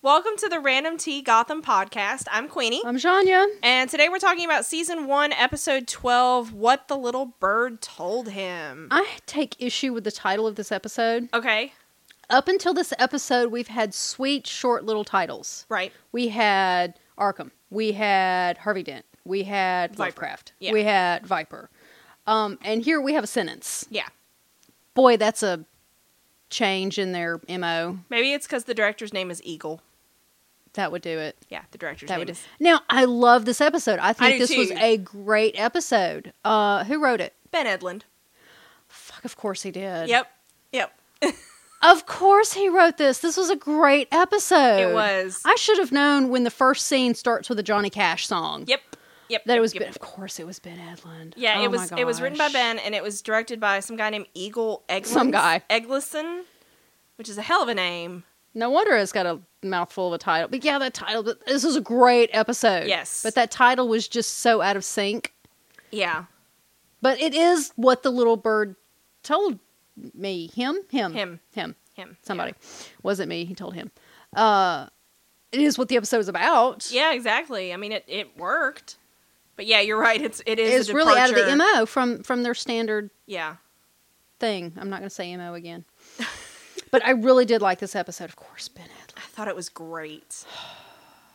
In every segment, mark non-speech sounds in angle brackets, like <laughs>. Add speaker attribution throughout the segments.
Speaker 1: Welcome to the Random Tea Gotham podcast. I'm Queenie.
Speaker 2: I'm Shania.
Speaker 1: And today we're talking about season one, episode 12 What the Little Bird Told Him.
Speaker 2: I take issue with the title of this episode.
Speaker 1: Okay,
Speaker 2: Up until this episode, we've had sweet, short little titles.
Speaker 1: right.
Speaker 2: We had Arkham. We had Harvey Dent. We had
Speaker 1: Viper.
Speaker 2: Lovecraft.
Speaker 1: Yeah.
Speaker 2: We had Viper. Um, and here we have a sentence.
Speaker 1: Yeah.
Speaker 2: Boy, that's a change in their MO.
Speaker 1: Maybe it's because the director's name is Eagle.
Speaker 2: That would do it.
Speaker 1: Yeah, the director's
Speaker 2: That
Speaker 1: name
Speaker 2: would
Speaker 1: is
Speaker 2: Now, I love this episode. I think
Speaker 1: do
Speaker 2: this was
Speaker 1: too.
Speaker 2: a great episode. Uh, who wrote it?
Speaker 1: Ben Edlund.
Speaker 2: Fuck, of course he did.
Speaker 1: Yep. Yep.
Speaker 2: Of course he wrote this. This was a great episode.
Speaker 1: It was.
Speaker 2: I should have known when the first scene starts with a Johnny Cash song.
Speaker 1: Yep. Yep.
Speaker 2: That it
Speaker 1: yep,
Speaker 2: was
Speaker 1: yep.
Speaker 2: Ben, of course it was Ben Edlund.
Speaker 1: Yeah,
Speaker 2: Oh
Speaker 1: it
Speaker 2: my
Speaker 1: was it was written by
Speaker 2: gosh.
Speaker 1: Ben and it was directed by some guy named Eagle Eglins,
Speaker 2: Some guy.
Speaker 1: Eglison, which is a hell of a name.
Speaker 2: No wonder it's got a mouthful of a title. But yeah, that title but this was a great episode.
Speaker 1: Yes.
Speaker 2: But that title was just so out of sync.
Speaker 1: Yeah.
Speaker 2: But it is what the little bird told me. Him? Him.
Speaker 1: Him.
Speaker 2: Him.
Speaker 1: Him.
Speaker 2: Somebody. Wasn't me, he told him. Uh it is what the episode is about.
Speaker 1: Yeah, exactly. I mean it, it worked. But yeah, you're right. It's it is
Speaker 2: It's
Speaker 1: a
Speaker 2: really out of the
Speaker 1: departure.
Speaker 2: MO from from their standard
Speaker 1: Yeah.
Speaker 2: thing. I'm not going to say
Speaker 1: <laughs>
Speaker 2: MO again. but I really did like this episode, of course, Ben Edlund.
Speaker 1: I thought it was great.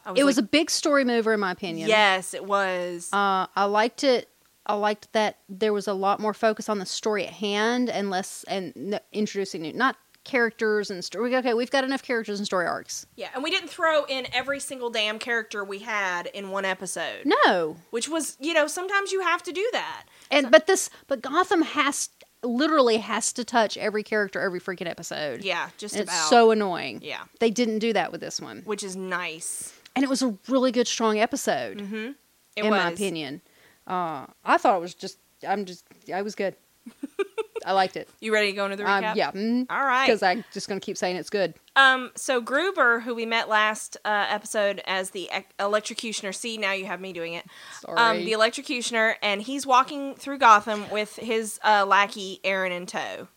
Speaker 1: I
Speaker 2: it was
Speaker 1: like,
Speaker 2: a big story mover, in my opinion.
Speaker 1: Yes, it was.
Speaker 2: Uh, I liked it. I liked that there was a lot more focus on the story at hand and less and n- introducing new, not characters and story. Okay, we've got enough characters and story arcs.
Speaker 1: yeah, and we didn't throw in every single damn character we had in one episode.
Speaker 2: No,
Speaker 1: Which was, you know, sometimes you have to do that.
Speaker 2: and but this, but Gotham has literally has to touch every character every freaking episode.
Speaker 1: Yeah, just
Speaker 2: And it's
Speaker 1: about.
Speaker 2: so annoying.
Speaker 1: yeah,
Speaker 2: They didn't do that with this one,
Speaker 1: which is nice.
Speaker 2: and it was a really good, strong episode.
Speaker 1: Mm-hmm. It
Speaker 2: in
Speaker 1: was.
Speaker 2: my opinion. Uh, I thought it was just. I'm just. I
Speaker 1: <laughs>
Speaker 2: was good. I liked it.
Speaker 1: You ready to go into the
Speaker 2: Um,
Speaker 1: recap?
Speaker 2: yeah. mm
Speaker 1: All right.
Speaker 2: Because I'm just gonna keep saying it's good.
Speaker 1: Um, so Gruber, who we met last uh, episode as the ec- electrocutioner, see now you have me doing it.
Speaker 2: Sorry.
Speaker 1: Um, the electrocutioner, and he's walking through Gotham with his uh, lackey Aaron in tow.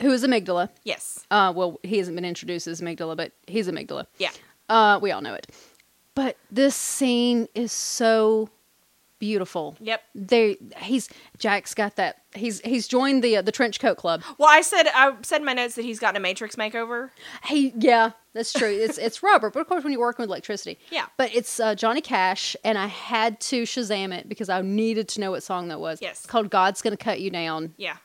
Speaker 2: Who is amygdala?
Speaker 1: Yes.
Speaker 2: Uh, well, he hasn't been introduced as amygdala, but he's amygdala.
Speaker 1: Yeah.
Speaker 2: Uh, we all know it. But this scene is so beautiful.
Speaker 1: Yep.
Speaker 2: They he's Jack's got that. He's he's joined the uh, the trench coat club.
Speaker 1: Well, I said I said in my notes that he's gotten a Matrix makeover.
Speaker 2: He yeah, that's true. It's it's rubber, but of course when you're working with electricity.
Speaker 1: Yeah.
Speaker 2: But it's uh, Johnny Cash, and I had to Shazam it because I needed to know what song that was.
Speaker 1: Yes.
Speaker 2: It's called God's Gonna Cut You Down.
Speaker 1: Yeah.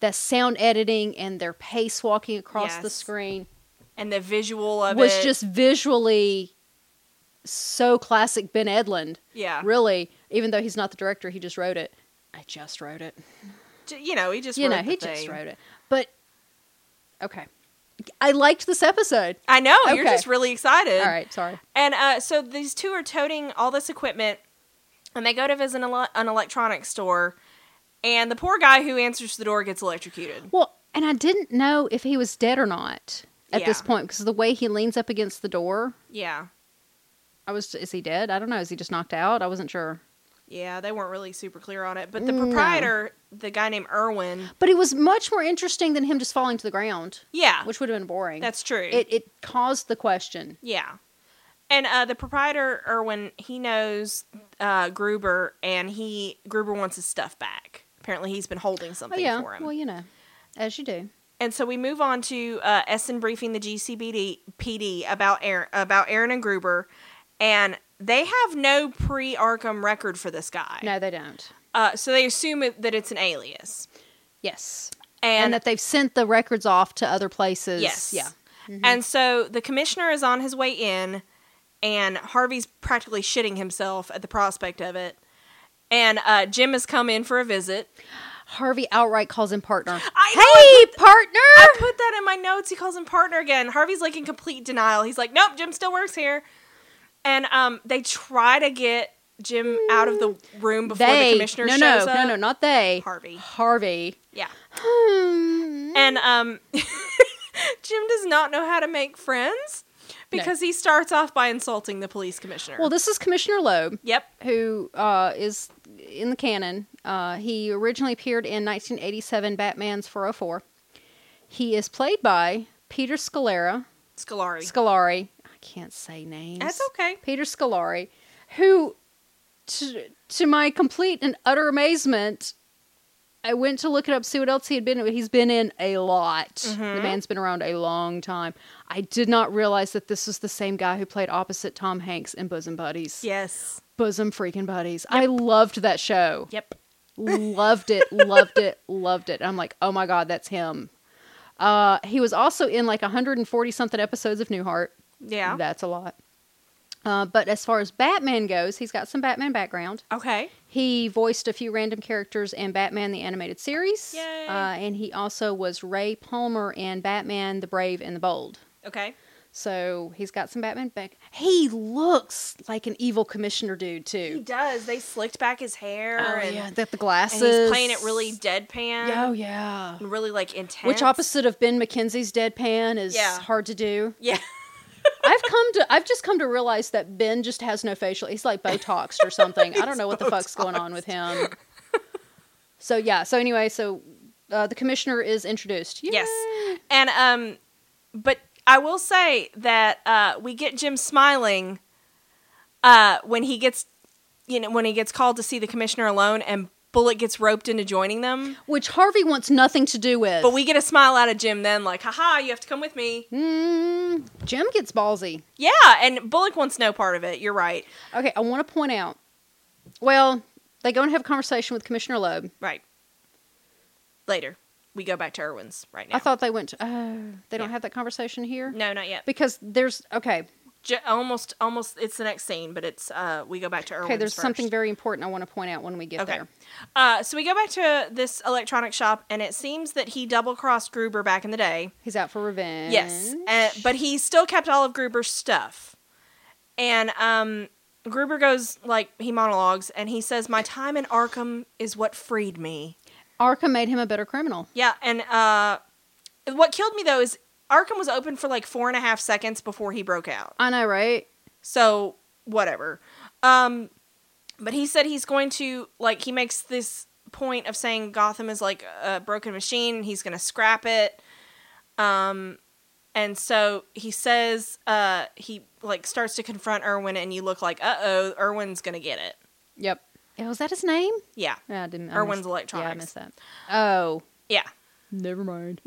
Speaker 2: That sound editing and their pace walking across the
Speaker 1: Yes.
Speaker 2: screen
Speaker 1: And the visual of
Speaker 2: was
Speaker 1: it
Speaker 2: just visually so classic Ben Edlund.
Speaker 1: yeah,
Speaker 2: Really, even though he's not the director, he just wrote it. I just wrote it.
Speaker 1: J- you know, he just
Speaker 2: you
Speaker 1: wrote
Speaker 2: know,
Speaker 1: the
Speaker 2: he just
Speaker 1: thing.
Speaker 2: wrote it. But okay. I liked this episode.
Speaker 1: I know you're
Speaker 2: Okay.
Speaker 1: just really excited.
Speaker 2: All right, sorry.
Speaker 1: And uh, so these two are toting all this equipment, and they go to visit an, ele- an electronics store, and the poor guy who answers the door gets electrocuted.
Speaker 2: Well, and I didn't know if he was dead or not at this
Speaker 1: Yeah.
Speaker 2: point because the way he leans up against the door,
Speaker 1: Yeah,
Speaker 2: I was, is he dead? I don't know. Is he just knocked out? I wasn't sure.
Speaker 1: yeah, they weren't really super clear on it. But the
Speaker 2: No.
Speaker 1: proprietor, the guy named Irwin,
Speaker 2: But it was much more interesting than him just falling to the ground,
Speaker 1: yeah,
Speaker 2: which would have been boring.
Speaker 1: Ah, that's true.
Speaker 2: it. It caused the question.
Speaker 1: Yeah. And uh, the proprietor, Irwin, he knows uh, Gruber, and he Gruber wants his stuff back. Apparently, he's been holding
Speaker 2: Oh
Speaker 1: something
Speaker 2: yeah.
Speaker 1: for him.
Speaker 2: Well, you know, as you do.
Speaker 1: and so we move on to uh, Essen briefing the GCBD PD about Aaron, about Aaron and Gruber, and they have no pre Arkham record for this guy.
Speaker 2: No, they don't.
Speaker 1: Uh, so they assume it, that it's an alias,
Speaker 2: Yes, and,
Speaker 1: and,
Speaker 2: that they've sent the records off to other places.
Speaker 1: Yes.
Speaker 2: Yeah. Mm-hmm.
Speaker 1: And so the commissioner is on his way in, and Harvey's practically shitting himself at the prospect of it. And uh, Jim has come in for a visit.
Speaker 2: Harvey outright calls
Speaker 1: <gasps>
Speaker 2: him partner.
Speaker 1: I know,
Speaker 2: hey, partner.
Speaker 1: I put that in my notes. He calls him partner again. Harvey's like in complete denial. He's like, "Nope, Jim still works here." And um, they try to get Jim out of the room before the commissioner
Speaker 2: no,
Speaker 1: shows
Speaker 2: no,
Speaker 1: up.
Speaker 2: no, no, not they.
Speaker 1: Harvey.
Speaker 2: Harvey. <sighs>
Speaker 1: Yeah.
Speaker 2: Hmm.
Speaker 1: And um, <laughs> Jim does not know how to make friends because he starts off by insulting the police commissioner.
Speaker 2: Well, this is Commissioner Loeb,
Speaker 1: yep.
Speaker 2: who uh, is in the canon. Uh, he originally appeared in 1987 Batman's 404. He is played by Peter Scalera.
Speaker 1: Scolari.
Speaker 2: Scolari. I can't say names.
Speaker 1: That's okay.
Speaker 2: Peter Scolari, who, to, to my complete and utter amazement, I went to look it up, see what else he had been in. He's been in a lot.
Speaker 1: Mm-hmm.
Speaker 2: The man's been around a long time. I did not realize that this was the same guy who played opposite Tom Hanks in Bosom Buddies.
Speaker 1: Yes.
Speaker 2: Bosom freaking Buddies. I loved that show.
Speaker 1: Yep.
Speaker 2: loved it, loved it,
Speaker 1: <laughs>
Speaker 2: loved it. And I'm like, oh my god, that's him. Uh, he was also in like 140 something episodes of Newhart.
Speaker 1: Yeah.
Speaker 2: That's a lot. Uh, but as far as Batman goes, he's got some Batman background.
Speaker 1: okay.
Speaker 2: He voiced a few random characters in Batman the Animated Series.
Speaker 1: Yay.
Speaker 2: Uh, and he also was Ray Palmer in Batman the Brave and the Bold.
Speaker 1: Okay.
Speaker 2: So he's got some Batman back. He looks like an evil commissioner dude,
Speaker 1: He
Speaker 2: too.
Speaker 1: does. They slicked back his hair
Speaker 2: Oh,
Speaker 1: and,
Speaker 2: yeah. That the
Speaker 1: and
Speaker 2: glasses.
Speaker 1: he's playing it really deadpan.
Speaker 2: Oh, yeah.
Speaker 1: and Really like intense.
Speaker 2: Which opposite of Ben McKenzie's deadpan is
Speaker 1: Yeah.
Speaker 2: hard to do.
Speaker 1: Yeah. <laughs>
Speaker 2: I've come to I've just come to realize that Ben just has no facial. He's like botoxed
Speaker 1: <laughs>
Speaker 2: or something. I don't know what the fuck's going on with him. So yeah. So anyway, so uh, the commissioner is introduced. Yay.
Speaker 1: Yes. And um but I will say that uh we get Jim smiling uh when he gets you know when he gets called to see the commissioner alone and Bullet gets roped into joining them.
Speaker 2: Which Harvey wants nothing to do with.
Speaker 1: But we get a smile out of Jim then like, "Haha, you have to come with me."
Speaker 2: mm, Jim gets ballsy.
Speaker 1: Yeah, and Bullock wants no part of it. You're right.
Speaker 2: Okay, I want to point out. Well, they go and have a conversation with Commissioner Loeb.
Speaker 1: Right. Later. We go back to Irwin's right now.
Speaker 2: I thought they went. To, oh, they don't
Speaker 1: Yeah.
Speaker 2: have that conversation here
Speaker 1: no, not yet.
Speaker 2: because there's okay.
Speaker 1: J- almost almost it's the next scene, but it's uh we go back to Irwin's
Speaker 2: Okay, there's
Speaker 1: first.
Speaker 2: something very important I want to point out when we get
Speaker 1: Okay.
Speaker 2: there.
Speaker 1: Uh, so we go back to this electronic shop, and it seems that he double crossed Gruber back in the day.
Speaker 2: He's out for revenge.
Speaker 1: Yes, and, uh, but he still kept all of Gruber's stuff. And um, Gruber goes like he monologues, and he says, "My time in Arkham is what freed me."
Speaker 2: Arkham made him a better criminal.
Speaker 1: Yeah, and uh, what killed me though is Arkham was open for like four and a half seconds before he broke out.
Speaker 2: I know, right?
Speaker 1: So whatever. Um, but he said he's going to like he makes this point of saying Gotham is like a broken machine. and He's going to scrap it. Um, and so he says uh, he like starts to confront Irwin, and you look like uh oh, Irwin's going to get it.
Speaker 2: Yep. Oh, was that his name?
Speaker 1: Yeah,
Speaker 2: Yeah, I didn't. I
Speaker 1: Irwin's
Speaker 2: missed- Yeah, I
Speaker 1: Electronics.
Speaker 2: missed that. Oh,
Speaker 1: yeah. <laughs>
Speaker 2: never mind.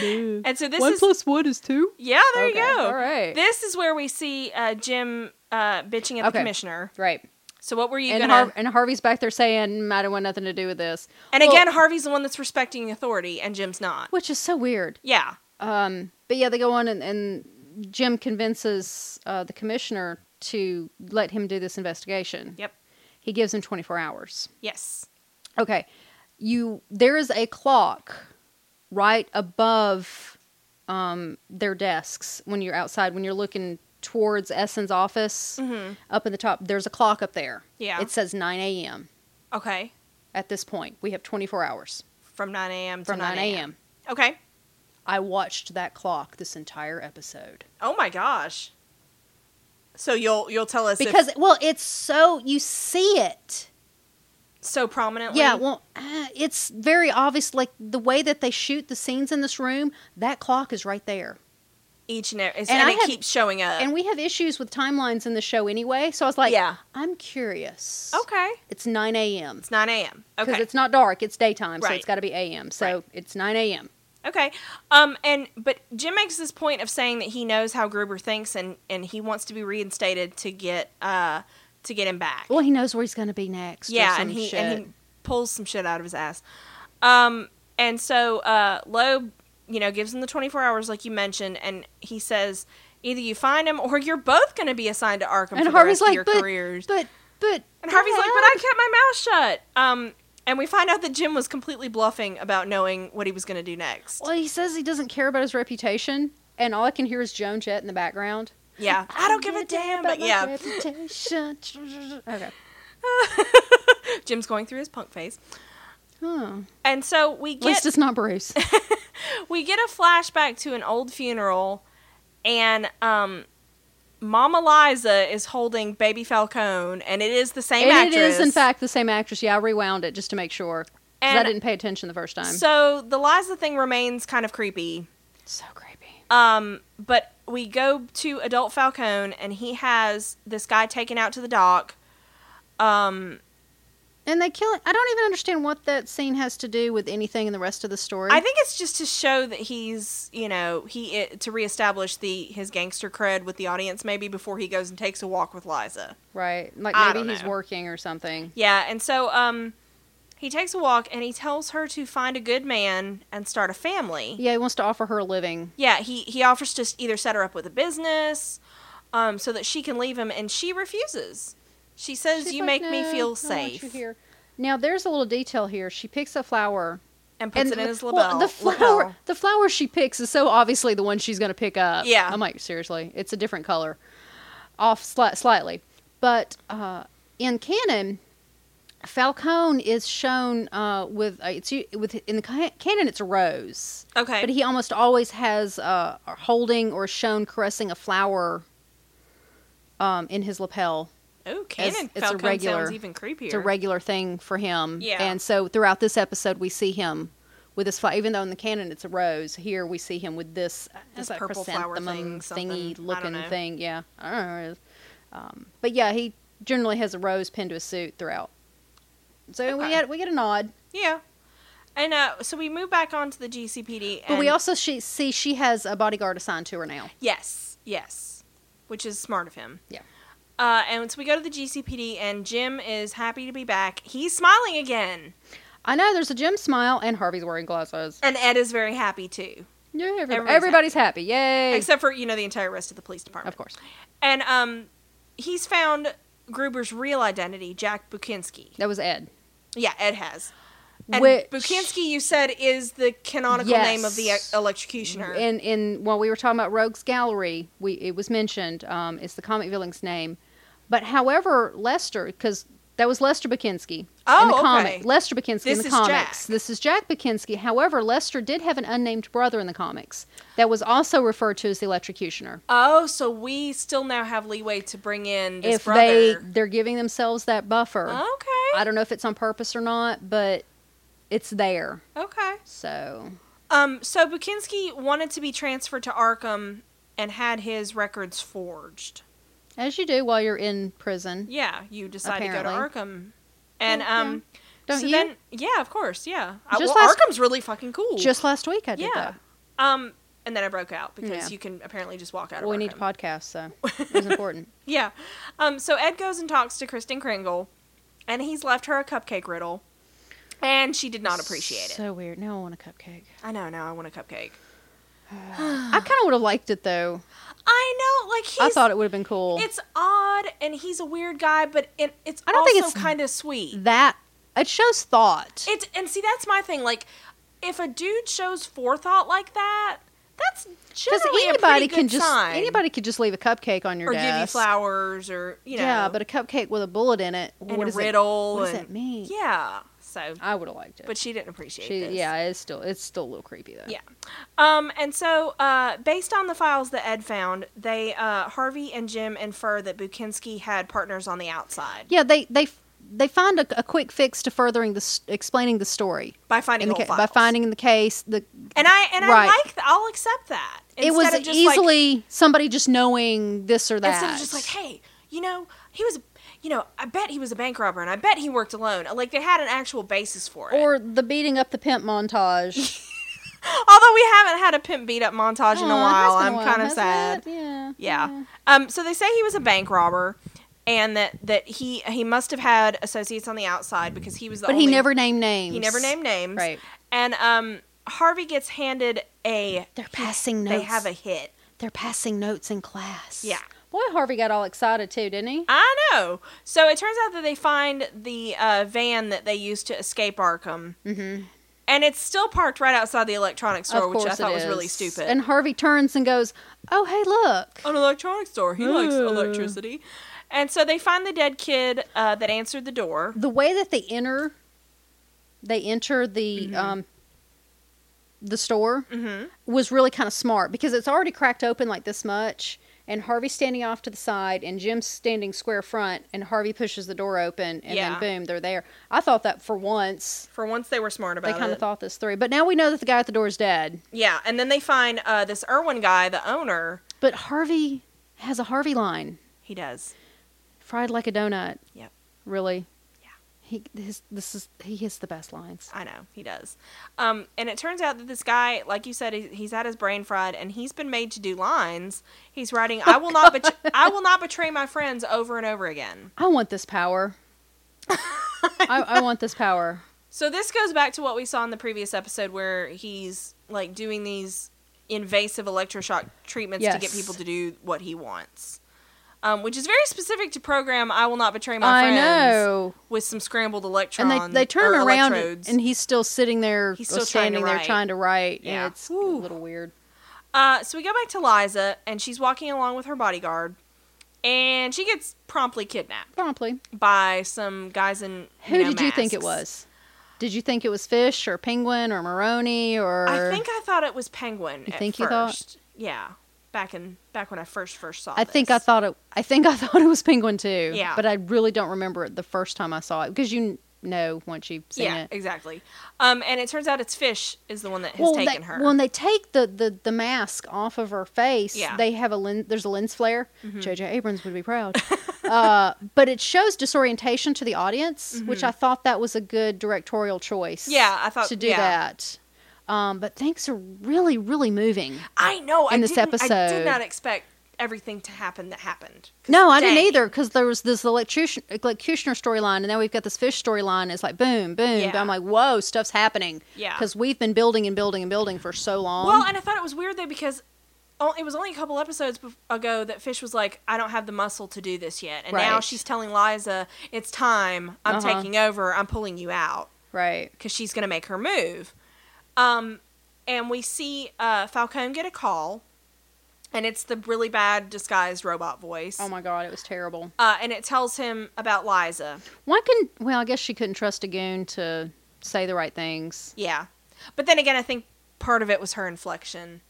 Speaker 1: And so this
Speaker 2: one
Speaker 1: is
Speaker 2: plus one is two.
Speaker 1: yeah. There
Speaker 2: Okay,
Speaker 1: you go.
Speaker 2: all right.
Speaker 1: This is where we see uh, Jim uh, bitching at the
Speaker 2: Okay.
Speaker 1: commissioner.
Speaker 2: Right.
Speaker 1: So what were you
Speaker 2: And,
Speaker 1: gonna?
Speaker 2: Har- and Harvey's back there saying, "I don't want nothing to do with this."
Speaker 1: and
Speaker 2: Well,
Speaker 1: again, Harvey's the one that's respecting authority, and Jim's not.
Speaker 2: which is so weird.
Speaker 1: Yeah.
Speaker 2: Um, but yeah, they go on and, and Jim convinces uh, the commissioner to let him do this investigation.
Speaker 1: Yep.
Speaker 2: He gives him 24 hours.
Speaker 1: Yes.
Speaker 2: Okay. You there is a clock right above um, their desks when you're outside when you're looking towards Essen's office
Speaker 1: Mhm.
Speaker 2: up in the top. There's a clock up there.
Speaker 1: Yeah.
Speaker 2: It says 9 a.m.
Speaker 1: Okay.
Speaker 2: At this point, we have 24 hours
Speaker 1: From 9 a.m. to
Speaker 2: from 9 a.m.
Speaker 1: Okay.
Speaker 2: I watched that clock this entire episode.
Speaker 1: Oh my gosh. So you'll you'll tell us if-
Speaker 2: because well it's so you see it
Speaker 1: so prominently.
Speaker 2: yeah well uh, it's very obvious like the way that they shoot the scenes in this room that clock is right there
Speaker 1: each and every, and,
Speaker 2: I
Speaker 1: it
Speaker 2: have-
Speaker 1: keeps showing up.
Speaker 2: and we have issues with timelines in the show anyway so i was like
Speaker 1: Uh, Yeah.
Speaker 2: i'm curious
Speaker 1: okay.
Speaker 2: it's 9 a.m
Speaker 1: It's 9 a.m.
Speaker 2: because
Speaker 1: Okay.
Speaker 2: it's not dark it's daytime so
Speaker 1: Right.
Speaker 2: it's got to be am so
Speaker 1: Right.
Speaker 2: it's 9 a.m
Speaker 1: okay. Um. And but Jim makes this point of saying that he knows how Gruber thinks and and he wants to be reinstated to get uh to get him back.
Speaker 2: well he knows where he's going to be next or
Speaker 1: yeah,
Speaker 2: some
Speaker 1: and he
Speaker 2: shit.
Speaker 1: and he pulls some shit out of his ass. Um, and so uh, Loeb, you know, gives him the twenty four hours, like you mentioned, and he says, either you find him or you're both going to be assigned to Arkham.
Speaker 2: and
Speaker 1: for
Speaker 2: harvey's
Speaker 1: the rest
Speaker 2: like
Speaker 1: of your
Speaker 2: but,
Speaker 1: careers.
Speaker 2: but but
Speaker 1: and Harvey's like, but I
Speaker 2: Dad."
Speaker 1: kept my mouth shut. Um, and we find out that Jim was completely bluffing about knowing what he was going to do next.
Speaker 2: well he says he doesn't care about his reputation and all i can hear is joan jett in the background
Speaker 1: yeah, I don't give a damn. But yeah,
Speaker 2: Reputation.
Speaker 1: <laughs>
Speaker 2: okay.
Speaker 1: Jim's going through his punk phase,
Speaker 2: Huh.
Speaker 1: and so we
Speaker 2: At least
Speaker 1: get
Speaker 2: it's
Speaker 1: <laughs>
Speaker 2: not Bruce.
Speaker 1: we get a flashback to an old funeral and um Mama Liza is holding baby Falcone and it is the same
Speaker 2: and
Speaker 1: actress.
Speaker 2: it is, in fact, the same actress. Yeah, I rewound it just to make sure. 'cause I
Speaker 1: And-
Speaker 2: didn't pay attention the first time.
Speaker 1: So the Liza thing remains kind of creepy.
Speaker 2: so creepy.
Speaker 1: Um but we go to adult Falcone, and he has this guy taken out to the dock. Um,
Speaker 2: And they kill it. I don't even understand what that scene has to do with anything in the rest of the story.
Speaker 1: I think it's just to show that he's, you know, he i to reestablish the his gangster cred with the audience maybe before he goes and takes a walk with Liza.
Speaker 2: right. Like
Speaker 1: I
Speaker 2: maybe
Speaker 1: don't
Speaker 2: he's
Speaker 1: know.
Speaker 2: working or something.
Speaker 1: Yeah, and so um, he takes a walk and he tells her to find a good man and start a family.
Speaker 2: Yeah, he wants to offer her a living.
Speaker 1: Yeah, he he offers to s- either set her up with a business, um, so that she can leave him, and she refuses. She says,
Speaker 2: She's
Speaker 1: "You
Speaker 2: like,
Speaker 1: make me
Speaker 2: "No, I
Speaker 1: feel
Speaker 2: don't want you
Speaker 1: safe,"
Speaker 2: here. Now there's a little detail here. She picks a flower
Speaker 1: and puts it in
Speaker 2: the-
Speaker 1: his
Speaker 2: well,
Speaker 1: lapel.
Speaker 2: the flower,
Speaker 1: lapel.
Speaker 2: the flower she picks is so obviously the one she's going to pick up.
Speaker 1: Yeah.
Speaker 2: I'm like seriously, it's a different color, off sli- slightly. But uh, in canon, Falcone is shown uh, with uh, it's u- with in the ca- canon it's a rose,
Speaker 1: Okay,
Speaker 2: but he almost always has uh, a holding or shown caressing a flower um, in his lapel.
Speaker 1: oh, canon
Speaker 2: it's a
Speaker 1: Falcone
Speaker 2: regular-
Speaker 1: sounds even creepier.
Speaker 2: It's a regular thing for him.
Speaker 1: Yeah.
Speaker 2: And so throughout this episode, we see him with this flower. Even though in the canon it's a rose, here we see him with this, uh,
Speaker 1: This
Speaker 2: it's like
Speaker 1: purple flower
Speaker 2: chrysanthemum
Speaker 1: thing,
Speaker 2: thingy
Speaker 1: something. I don't
Speaker 2: looking
Speaker 1: know.
Speaker 2: thing. Yeah. I don't know. what it is. Um, but yeah, he generally has a rose pinned to his suit throughout. So we
Speaker 1: Okay.
Speaker 2: get we get a nod,
Speaker 1: yeah, and uh, so we move back onto the GCPD, and
Speaker 2: but we also she, see she has a bodyguard assigned to her now.
Speaker 1: yes, yes, which is smart of him.
Speaker 2: Yeah.
Speaker 1: Uh, and so we go to the GCPD, and Jim is happy to be back. He's smiling again,
Speaker 2: I know there's a Jim smile and Harvey's wearing glasses.
Speaker 1: and Ed is very happy too,
Speaker 2: Yeah, everybody-
Speaker 1: Everybody's
Speaker 2: everybody's, happy. Yay!
Speaker 1: except for you know the entire rest of the police department.
Speaker 2: of course,
Speaker 1: And um, he's found Gruber's real identity, Jack Bukinski.
Speaker 2: that was Ed.
Speaker 1: Yeah, Ed has. And
Speaker 2: Which-
Speaker 1: Bukinski, you said, is the canonical
Speaker 2: Yes.
Speaker 1: name of the e- electrocutioner.
Speaker 2: And in while we were talking about Rogues Gallery, we it was mentioned. Um, it's the comic villain's name, but however, Lester because that was Lester Bakinski in
Speaker 1: Oh,
Speaker 2: the
Speaker 1: okay.
Speaker 2: comic. Lester Bakinski
Speaker 1: This
Speaker 2: in the
Speaker 1: is Jack.
Speaker 2: comics. This is Jack Bakinski. However, Lester did have an unnamed brother in the comics that was also referred to as the Electrocutioner.
Speaker 1: oh, so we still now have leeway to bring in this
Speaker 2: if
Speaker 1: brother. Oh.
Speaker 2: they they're giving themselves that buffer,
Speaker 1: okay.
Speaker 2: I don't know if it's on purpose or not, but it's there.
Speaker 1: Okay.
Speaker 2: So
Speaker 1: Um, so Bukinski wanted to be transferred to Arkham and had his records forged.
Speaker 2: as you do while you're in prison,
Speaker 1: Yeah, you decide to go
Speaker 2: Apparently. Oh,
Speaker 1: to Arkham. And
Speaker 2: Yeah.
Speaker 1: um
Speaker 2: don't
Speaker 1: so
Speaker 2: you?
Speaker 1: then yeah, of course, yeah. I, well,
Speaker 2: Just last-
Speaker 1: Arkham's really fucking cool.
Speaker 2: Just last week I did
Speaker 1: Yeah.
Speaker 2: that.
Speaker 1: Um, and then I broke out because
Speaker 2: Yeah.
Speaker 1: you can apparently just walk out. of
Speaker 2: Well, we need to
Speaker 1: Arkham.
Speaker 2: podcast, so it was important.
Speaker 1: Yeah. Um. So Ed goes and talks to Kristen Kringle, and he's left her a cupcake riddle, and she did not <laughs> appreciate it.
Speaker 2: So weird. Now I want a cupcake.
Speaker 1: I know. Now I want a cupcake.
Speaker 2: I kind of would have liked it though.
Speaker 1: I know. Like he's.
Speaker 2: I thought it would have been cool.
Speaker 1: It's odd, and he's a weird guy, but it, it's
Speaker 2: I don't
Speaker 1: also
Speaker 2: think it's-
Speaker 1: kind of sweet.
Speaker 2: that it shows thought.
Speaker 1: It's and see that's my thing. Like, if a dude shows forethought like that, that's
Speaker 2: Because
Speaker 1: generally
Speaker 2: anybody
Speaker 1: a pretty good
Speaker 2: can just
Speaker 1: sign.
Speaker 2: anybody could just leave a cupcake on your
Speaker 1: or give you
Speaker 2: desk.
Speaker 1: flowers or you know
Speaker 2: Yeah, but a cupcake with a bullet in it.
Speaker 1: and
Speaker 2: what
Speaker 1: a
Speaker 2: is
Speaker 1: riddle
Speaker 2: It, what does
Speaker 1: and
Speaker 2: that mean?
Speaker 1: yeah. So,
Speaker 2: I would have liked it.
Speaker 1: but she didn't appreciate
Speaker 2: she,
Speaker 1: this.
Speaker 2: yeah, it's still it's still a little creepy though.
Speaker 1: Yeah. Um, and so, uh, based on the files that Ed found, they uh, Harvey and Jim infer that Bukinski had partners on the outside
Speaker 2: Yeah, they they they find a, a quick fix to furthering the s- explaining the story
Speaker 1: by finding
Speaker 2: in the
Speaker 1: whole
Speaker 2: ca- by
Speaker 1: files.
Speaker 2: finding the case. The
Speaker 1: And I and
Speaker 2: Right.
Speaker 1: I like that. I'll accept that.
Speaker 2: it was
Speaker 1: Instead of just, like-
Speaker 2: easily somebody just knowing this or that.
Speaker 1: instead of just like, hey, you know, he was, you know, I bet he was a bank robber, and I bet he worked alone. Like they had an actual basis for it.
Speaker 2: Or the beating up the pimp
Speaker 1: <laughs>
Speaker 2: montage.
Speaker 1: Although we haven't had a pimp beat up montage in a
Speaker 2: Aw, Oh, it has
Speaker 1: while,
Speaker 2: been a
Speaker 1: I'm
Speaker 2: while,
Speaker 1: kind of
Speaker 2: hasn't
Speaker 1: sad.
Speaker 2: it? Yeah.
Speaker 1: Yeah. Um, so they say he was a bank robber, and that that he he must have had associates on the outside because he was the
Speaker 2: But
Speaker 1: only.
Speaker 2: he never named names.
Speaker 1: he never named names.
Speaker 2: Right.
Speaker 1: And um, Harvey gets handed a.
Speaker 2: They're passing notes.
Speaker 1: They have a hit.
Speaker 2: They're passing notes in class.
Speaker 1: Yeah.
Speaker 2: Boy, Harvey got all excited too, didn't he?
Speaker 1: I know. So it turns out that they find the uh, van that they used to escape Arkham,
Speaker 2: Mm-hmm.
Speaker 1: and it's still parked right outside the electronics store,
Speaker 2: Of course
Speaker 1: which I thought
Speaker 2: it
Speaker 1: was really
Speaker 2: is.
Speaker 1: stupid.
Speaker 2: And Harvey turns and goes, "Oh, hey, look."
Speaker 1: An electronics store. He likes
Speaker 2: Ooh.
Speaker 1: electricity. And so they find the dead kid uh, that answered the door.
Speaker 2: The way that they enter, they enter the um, the store
Speaker 1: Mm-hmm.
Speaker 2: was really kind of smart because it's already cracked open like this much and Harvey's standing off to the side and Jim's standing square front and Harvey pushes the door open and
Speaker 1: Yeah.
Speaker 2: then boom they're there. I thought that for once
Speaker 1: For once, they were smart about
Speaker 2: they kind
Speaker 1: it.
Speaker 2: of thought this through. But now we know that the guy at the door is dead.
Speaker 1: Yeah, and then they find uh, this Irwin guy, the owner.
Speaker 2: But But Harvey has a Harvey line.
Speaker 1: He does.
Speaker 2: Fried like a donut.
Speaker 1: Yep.
Speaker 2: Really?
Speaker 1: Yeah.
Speaker 2: He his, this is he hits the best lines.
Speaker 1: I know he does. Um, and it turns out that this guy, like you said, he, he's had his brain fried, and he's been made to do lines. He's writing,
Speaker 2: Oh,
Speaker 1: "I will not, bet- I will not betray my friends" over and over again.
Speaker 2: I want
Speaker 1: <laughs>
Speaker 2: this power. I, I want this power.
Speaker 1: So this goes back to what we saw in the previous episode, where he's like doing these invasive electroshock treatments to get
Speaker 2: Yes.
Speaker 1: people to do what he wants, um, which is very specific to program. I will not betray my
Speaker 2: I
Speaker 1: friends.
Speaker 2: know.
Speaker 1: With some scrambled electrons,
Speaker 2: And they, they turn
Speaker 1: or
Speaker 2: around
Speaker 1: electrodes.
Speaker 2: and he's still sitting there
Speaker 1: He's
Speaker 2: or
Speaker 1: still trying to
Speaker 2: standing there
Speaker 1: write.
Speaker 2: trying to write. Yeah.
Speaker 1: Yeah.
Speaker 2: it's
Speaker 1: Whew.
Speaker 2: a little weird.
Speaker 1: Uh, so we go back to Liza, and she's walking along with her bodyguard, and she gets promptly kidnapped
Speaker 2: Promptly.
Speaker 1: by some guys in. you
Speaker 2: Who
Speaker 1: know,
Speaker 2: did you think it
Speaker 1: masks.
Speaker 2: was? Did you think it was Fish or Penguin or Maroney or
Speaker 1: I think I thought it was Penguin.
Speaker 2: You
Speaker 1: at
Speaker 2: think you thought?
Speaker 1: first. Yeah, back in back when I first first saw.
Speaker 2: I think I
Speaker 1: this.
Speaker 2: thought it. I think I <laughs> thought it was Penguin too.
Speaker 1: Yeah.
Speaker 2: but I really don't remember it the first time I saw it because you kn- know once you've seen
Speaker 1: Yeah,
Speaker 2: it.
Speaker 1: exactly. Um, and it turns out it's Fish is the one that has
Speaker 2: they-
Speaker 1: taken her.
Speaker 2: when they take the, the, the mask off of her face,
Speaker 1: Yeah. Mm-hmm.
Speaker 2: they have a lens. There's a lens flare. J.J. Abrams would
Speaker 1: <laughs>
Speaker 2: be proud. uh, but it shows disorientation to the audience, which I thought that was a good directorial choice.
Speaker 1: Mm-hmm. Yeah, I thought-
Speaker 2: to do
Speaker 1: yeah.
Speaker 2: that. Um, but things are really, really moving.
Speaker 1: I know. I
Speaker 2: in this
Speaker 1: didn't- I did
Speaker 2: episode-
Speaker 1: not expect everything to happen that happened. 'Cause
Speaker 2: No, I didn't
Speaker 1: dang.
Speaker 2: either because there was this electrocution, electrocutioner storyline, and now we've got this fish storyline. It's like boom, boom.
Speaker 1: Yeah.
Speaker 2: But I'm like, whoa, stuff's happening.
Speaker 1: Yeah.
Speaker 2: because we've been building and building and building for so long.
Speaker 1: Well, and I thought it was weird though because o- it was only a couple episodes bef- ago that Fish was like, "I don't have the muscle to do this yet," and now
Speaker 2: Right.
Speaker 1: she's telling Liza, "It's time. I'm
Speaker 2: Uh-huh.
Speaker 1: taking over. I'm pulling you out
Speaker 2: right.
Speaker 1: because she's gonna make her move." Um, and we see uh, Falcone get a call, and it's the really bad disguised robot voice.
Speaker 2: Oh my god, it was terrible.
Speaker 1: Uh, and it tells him about Liza.
Speaker 2: Why couldn't? Well, I guess she couldn't trust a goon to say the right things.
Speaker 1: Yeah, but then again, I think part of it was her inflection.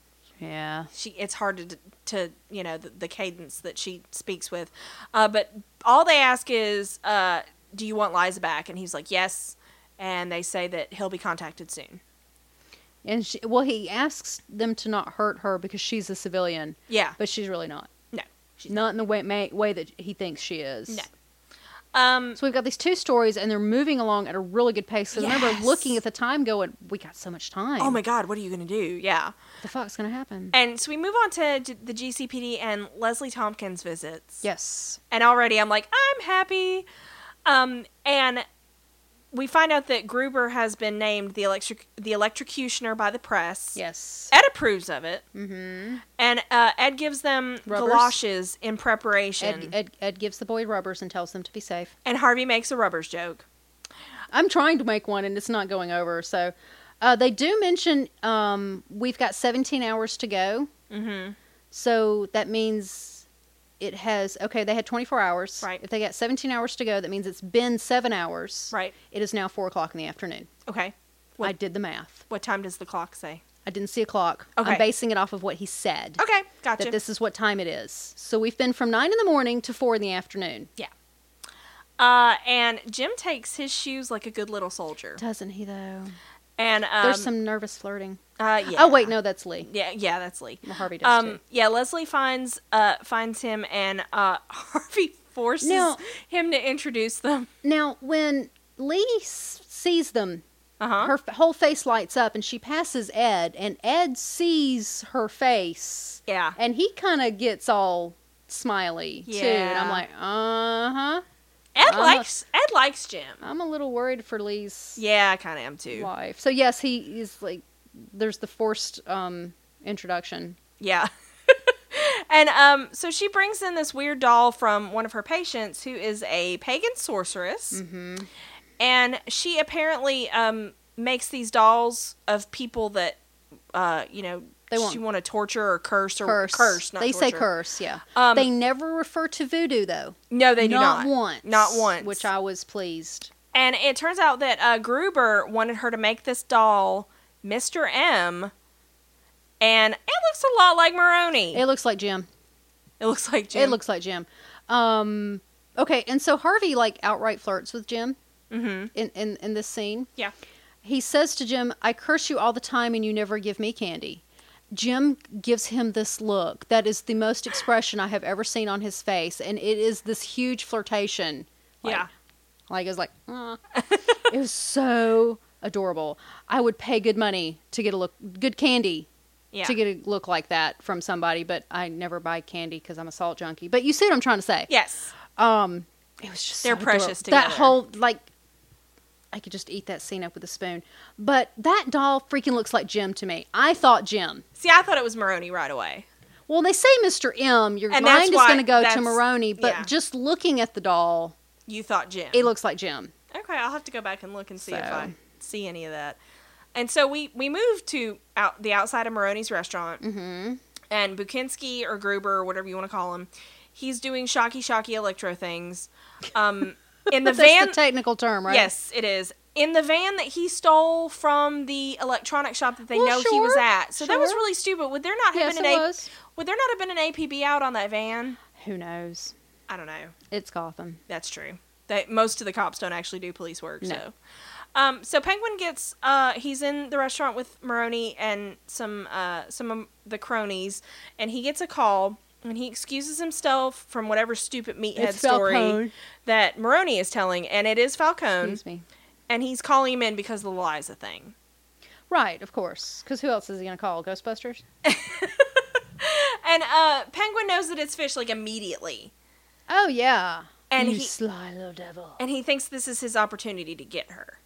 Speaker 2: Yeah.
Speaker 1: she it's hard to to you know the, the cadence that she speaks with uh, but all they ask is uh, do you want liza back and he's like yes and they say that he'll be contacted soon
Speaker 2: And she, well, he asks them to not hurt her because she's a civilian,
Speaker 1: yeah
Speaker 2: but she's really not.
Speaker 1: no she's
Speaker 2: not in the way may, way that he thinks she is.
Speaker 1: no um
Speaker 2: So we've got these two stories, and they're moving along at a really good pace. So I remember looking
Speaker 1: Yes.
Speaker 2: at the time, going, "We got so much time.
Speaker 1: oh my god what are you gonna do yeah
Speaker 2: What the fuck's gonna happen?"
Speaker 1: and so we move on to G- the gcpd and leslie tompkins visits
Speaker 2: yes,
Speaker 1: and already i'm like i'm happy um and we find out that gruber has been named the electric the electrocutioner by the press
Speaker 2: yes.
Speaker 1: Ed approves of it,
Speaker 2: Mm-hmm.
Speaker 1: and uh, Ed gives them
Speaker 2: Rubbers?
Speaker 1: galoshes in
Speaker 2: Ed,
Speaker 1: preparation.
Speaker 2: Ed, Ed gives the boy rubbers and tells them to be safe.
Speaker 1: And Harvey makes a rubbers joke.
Speaker 2: I'm trying to make one, and it's not going over. So uh, they do mention um, we've got 17 hours to go.
Speaker 1: Mm-hmm.
Speaker 2: So that means it has okay. They had 24 hours.
Speaker 1: Right.
Speaker 2: If they got 17 hours to go, that means it's been seven hours.
Speaker 1: Right.
Speaker 2: It is now four o'clock in the afternoon.
Speaker 1: Okay.
Speaker 2: I
Speaker 1: What,
Speaker 2: did the math.
Speaker 1: what time does the clock
Speaker 2: <laughs>
Speaker 1: say?
Speaker 2: I didn't see a clock.
Speaker 1: Okay.
Speaker 2: I'm basing it off of what he said.
Speaker 1: Okay, gotcha.
Speaker 2: That this is what time it is. So we've been from nine in the morning to four in the afternoon.
Speaker 1: yeah. Uh, and Jim takes his shoes like a good little soldier.
Speaker 2: Doesn't he though?
Speaker 1: And um,
Speaker 2: There's some nervous flirting.
Speaker 1: Uh, yeah.
Speaker 2: Oh wait, no, that's Lee.
Speaker 1: Yeah, yeah, that's Lee.
Speaker 2: Well, Harvey does
Speaker 1: Um,
Speaker 2: too.
Speaker 1: yeah, Leslie finds uh finds him, and uh <laughs> Harvey forces
Speaker 2: Now-
Speaker 1: him to introduce them.
Speaker 2: Now when Lee s- sees them,
Speaker 1: Uh huh.
Speaker 2: her f- whole face lights up, and she passes Ed, and Ed sees her face,
Speaker 1: yeah.
Speaker 2: and he kind of gets all smiley too. And I'm
Speaker 1: Yeah.
Speaker 2: like, uh huh.
Speaker 1: Ed
Speaker 2: I'm a-
Speaker 1: likes Ed likes Jim.
Speaker 2: I'm a little worried for Lee's
Speaker 1: Yeah, I kind of am too.
Speaker 2: wife. So yes, he is like there's the forced um introduction.
Speaker 1: Yeah. <laughs> and um, so she brings in this weird doll from one of her patients who is a pagan sorceress.
Speaker 2: Mm-hmm.
Speaker 1: And she apparently um, makes these dolls of people that, uh, you know,
Speaker 2: They want-
Speaker 1: she want to torture or curse or
Speaker 2: Curse.
Speaker 1: curse. not
Speaker 2: they say
Speaker 1: torture.
Speaker 2: curse, yeah.
Speaker 1: Um,
Speaker 2: they never refer to voodoo though.
Speaker 1: No, they do not.
Speaker 2: once.
Speaker 1: Not once.
Speaker 2: Which I was pleased.
Speaker 1: And it turns out that uh, Gruber wanted her to make this doll, Mr. M. And it looks a lot like Maroney.
Speaker 2: It
Speaker 1: It,
Speaker 2: looks like Jim.
Speaker 1: looks like Jim.
Speaker 2: It looks like Jim. Um okay, and so Harvey like outright flirts with Jim
Speaker 1: Mm-hmm.
Speaker 2: in, in, in this scene.
Speaker 1: Yeah.
Speaker 2: He says to Jim, I curse you all the time and you never give me candy. Jim gives him this look that is the most expression I have ever seen on his face, and it is this huge flirtation. Like,
Speaker 1: yeah.
Speaker 2: like it was like,
Speaker 1: <laughs>
Speaker 2: "Ah." it was so adorable. I would pay good money to get a look, good candy
Speaker 1: Yeah.
Speaker 2: to get a look like that from somebody, but I never buy candy because I'm a salt junkie. But you see what I'm trying to say?
Speaker 1: yes.
Speaker 2: Um, it was just
Speaker 1: They're
Speaker 2: so adorable.
Speaker 1: precious
Speaker 2: That
Speaker 1: together.
Speaker 2: whole like, I could just eat that scene up with a spoon. But that doll freaking looks like Jim to me. I thought Jim.
Speaker 1: See, I thought it was Maroney right away.
Speaker 2: Well, they say Mr. M. Your
Speaker 1: And that's
Speaker 2: mind is
Speaker 1: why-
Speaker 2: going to go to
Speaker 1: that's-
Speaker 2: Maroney, but
Speaker 1: yeah.
Speaker 2: just looking at the doll,
Speaker 1: You thought Jim.
Speaker 2: it looks like Jim.
Speaker 1: Okay, I'll have to go back and look and see if
Speaker 2: So-
Speaker 1: I see any of that. And so we we moved to out the outside of Maroney's restaurant,
Speaker 2: Mm-hmm.
Speaker 1: and Bukinski or Gruber or whatever you want to call him, he's doing shocky shocky electro things.
Speaker 2: <laughs>
Speaker 1: Um, in the
Speaker 2: That's
Speaker 1: van,
Speaker 2: the technical term, right?
Speaker 1: yes, it is in the van that he stole from the electronic shop that they
Speaker 2: Well,
Speaker 1: know he was
Speaker 2: sure,
Speaker 1: at. So that was
Speaker 2: sure.
Speaker 1: really stupid. Would there not have
Speaker 2: Yes,
Speaker 1: been
Speaker 2: it
Speaker 1: an
Speaker 2: was.
Speaker 1: would there not have been an APB out on that van?
Speaker 2: Who knows?
Speaker 1: I don't know.
Speaker 2: It's Gotham.
Speaker 1: That's true. That most of the cops don't actually do police work.
Speaker 2: No.
Speaker 1: So, um, so Penguin gets uh, he's in the restaurant with Maroney and some uh, some of the cronies, and he gets a call and he excuses himself from whatever stupid meathead
Speaker 2: It's
Speaker 1: story
Speaker 2: Falcone.
Speaker 1: that Maroney is telling, and it is Falcone,
Speaker 2: Excuse me.
Speaker 1: and he's calling him in because the lie's a thing.
Speaker 2: Right, of course. Because who else is he going to call? Ghostbusters?
Speaker 1: And uh, Penguin knows that it's Fish like immediately,
Speaker 2: Oh yeah.
Speaker 1: and
Speaker 2: you
Speaker 1: he
Speaker 2: sly little devil.
Speaker 1: and he thinks this is his opportunity to get her.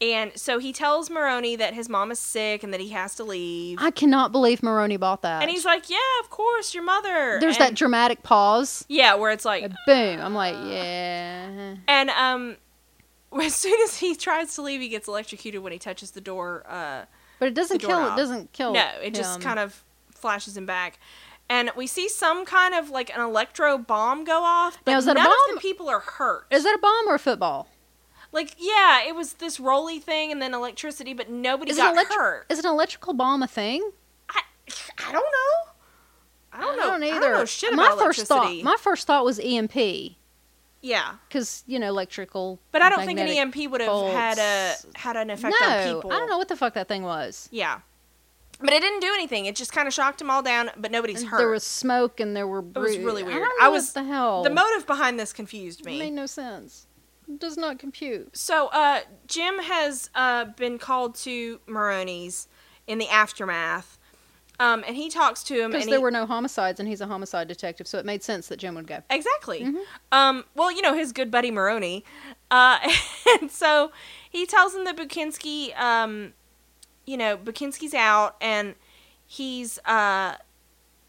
Speaker 1: And so he tells Maroney that his mom is sick and that he has to leave.
Speaker 2: I cannot believe Maroney bought that.
Speaker 1: and he's like, "Yeah, of course, your mother."
Speaker 2: There's
Speaker 1: and,
Speaker 2: that dramatic pause.
Speaker 1: yeah, where it's like,
Speaker 2: and Boom. I'm like, yeah.
Speaker 1: and um, <laughs> as soon as he tries to leave, he gets electrocuted when he touches the door. Uh,
Speaker 2: But it doesn't
Speaker 1: The
Speaker 2: kill.
Speaker 1: doorknob.
Speaker 2: It doesn't kill.
Speaker 1: no, it just
Speaker 2: Oh, him.
Speaker 1: kind of flashes him back. And we see some kind of like an electro bomb go off, but
Speaker 2: Now, is that a
Speaker 1: none of
Speaker 2: bomb?
Speaker 1: the people are hurt.
Speaker 2: Is that a bomb or a football?
Speaker 1: like, yeah, it was this rolly thing and then electricity, but nobody
Speaker 2: Is an
Speaker 1: got
Speaker 2: electric?
Speaker 1: hurt.
Speaker 2: Is an electrical bomb a thing?
Speaker 1: I, I don't know. I don't know. I don't, know shit
Speaker 2: my
Speaker 1: about
Speaker 2: first thought.
Speaker 1: electricity.
Speaker 2: My first thought was E EMP
Speaker 1: yeah,
Speaker 2: because you know electrical.
Speaker 1: but I don't think an E
Speaker 2: magnetic-
Speaker 1: EMP would have had
Speaker 2: bolts.
Speaker 1: a had an effect on
Speaker 2: No,
Speaker 1: people.
Speaker 2: I don't know what the fuck that thing was.
Speaker 1: Yeah, but it didn't do anything. It just kind of shocked them all down. But nobody's hurt.
Speaker 2: There was smoke and there were. It
Speaker 1: was really
Speaker 2: I,
Speaker 1: weird.
Speaker 2: don't
Speaker 1: I
Speaker 2: know
Speaker 1: was-
Speaker 2: what the hell.
Speaker 1: the motive behind this confused
Speaker 2: It made
Speaker 1: me.
Speaker 2: no sense. It does not compute.
Speaker 1: So uh, Jim has uh, been called to Maroney's in the aftermath, um, and he talks to him.
Speaker 2: Because
Speaker 1: And
Speaker 2: there
Speaker 1: he,
Speaker 2: were no homicides, and he's a homicide detective, so it made sense that Jim would go.
Speaker 1: Exactly.
Speaker 2: Mhm.
Speaker 1: Um, well, you know, his good buddy Maroney. Uh, <laughs> and so he tells him that Bukinski, um, you know, Bukinski's out and he's, uh,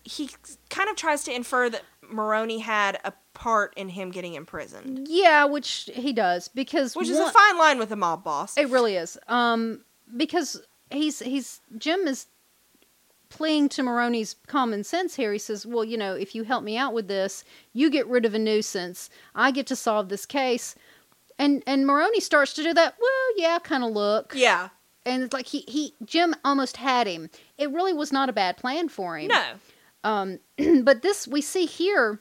Speaker 1: he kind of tries to infer that Maroney had a part in him getting imprisoned,
Speaker 2: Yeah, which he does because
Speaker 1: which is
Speaker 2: one-
Speaker 1: a fine line with a mob boss.
Speaker 2: It really is. Um, because he's he's Jim is playing to Maroney's common sense here. He says, "Well, you know, if you help me out with this, you get rid of a nuisance. I get to solve this case." And and Maroney starts to do that. Well, yeah, kind of look. <laughs>
Speaker 1: yeah.
Speaker 2: And it's like he he Jim almost had him. It really was not a bad plan for him.
Speaker 1: No.
Speaker 2: Um, <clears throat> but this we see here,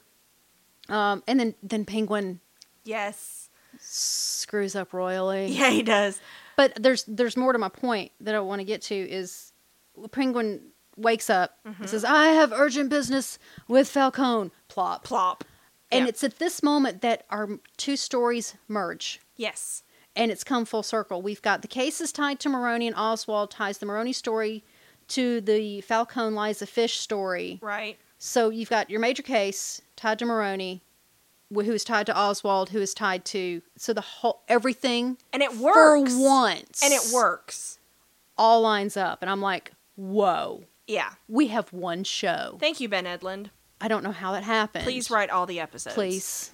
Speaker 2: um, and then then Penguin
Speaker 1: Yes.
Speaker 2: screws up royally.
Speaker 1: Yeah, he does.
Speaker 2: But there's there's more to my point that I want to get to is Penguin wakes up
Speaker 1: Mm-hmm.
Speaker 2: and says, "I have urgent business with Falcone." Plop.
Speaker 1: Plop.
Speaker 2: And
Speaker 1: yeah.
Speaker 2: it's at this moment that our two stories merge.
Speaker 1: Yes.
Speaker 2: And it's come full circle. We've got the cases tied to Maroney and Oswald ties the Maroney story to the Falcone Liza Fish story.
Speaker 1: Right.
Speaker 2: So you've got your major case tied to Maroney, wh- who is tied to Oswald, who is tied to so the whole everything
Speaker 1: And it works.
Speaker 2: for once,
Speaker 1: And it works.
Speaker 2: all lines up, and I'm like, whoa,
Speaker 1: Yeah.
Speaker 2: we have one show.
Speaker 1: Thank you, Ben Edlund.
Speaker 2: I don't know how that happened.
Speaker 1: Please write all the episodes. <laughs>
Speaker 2: please.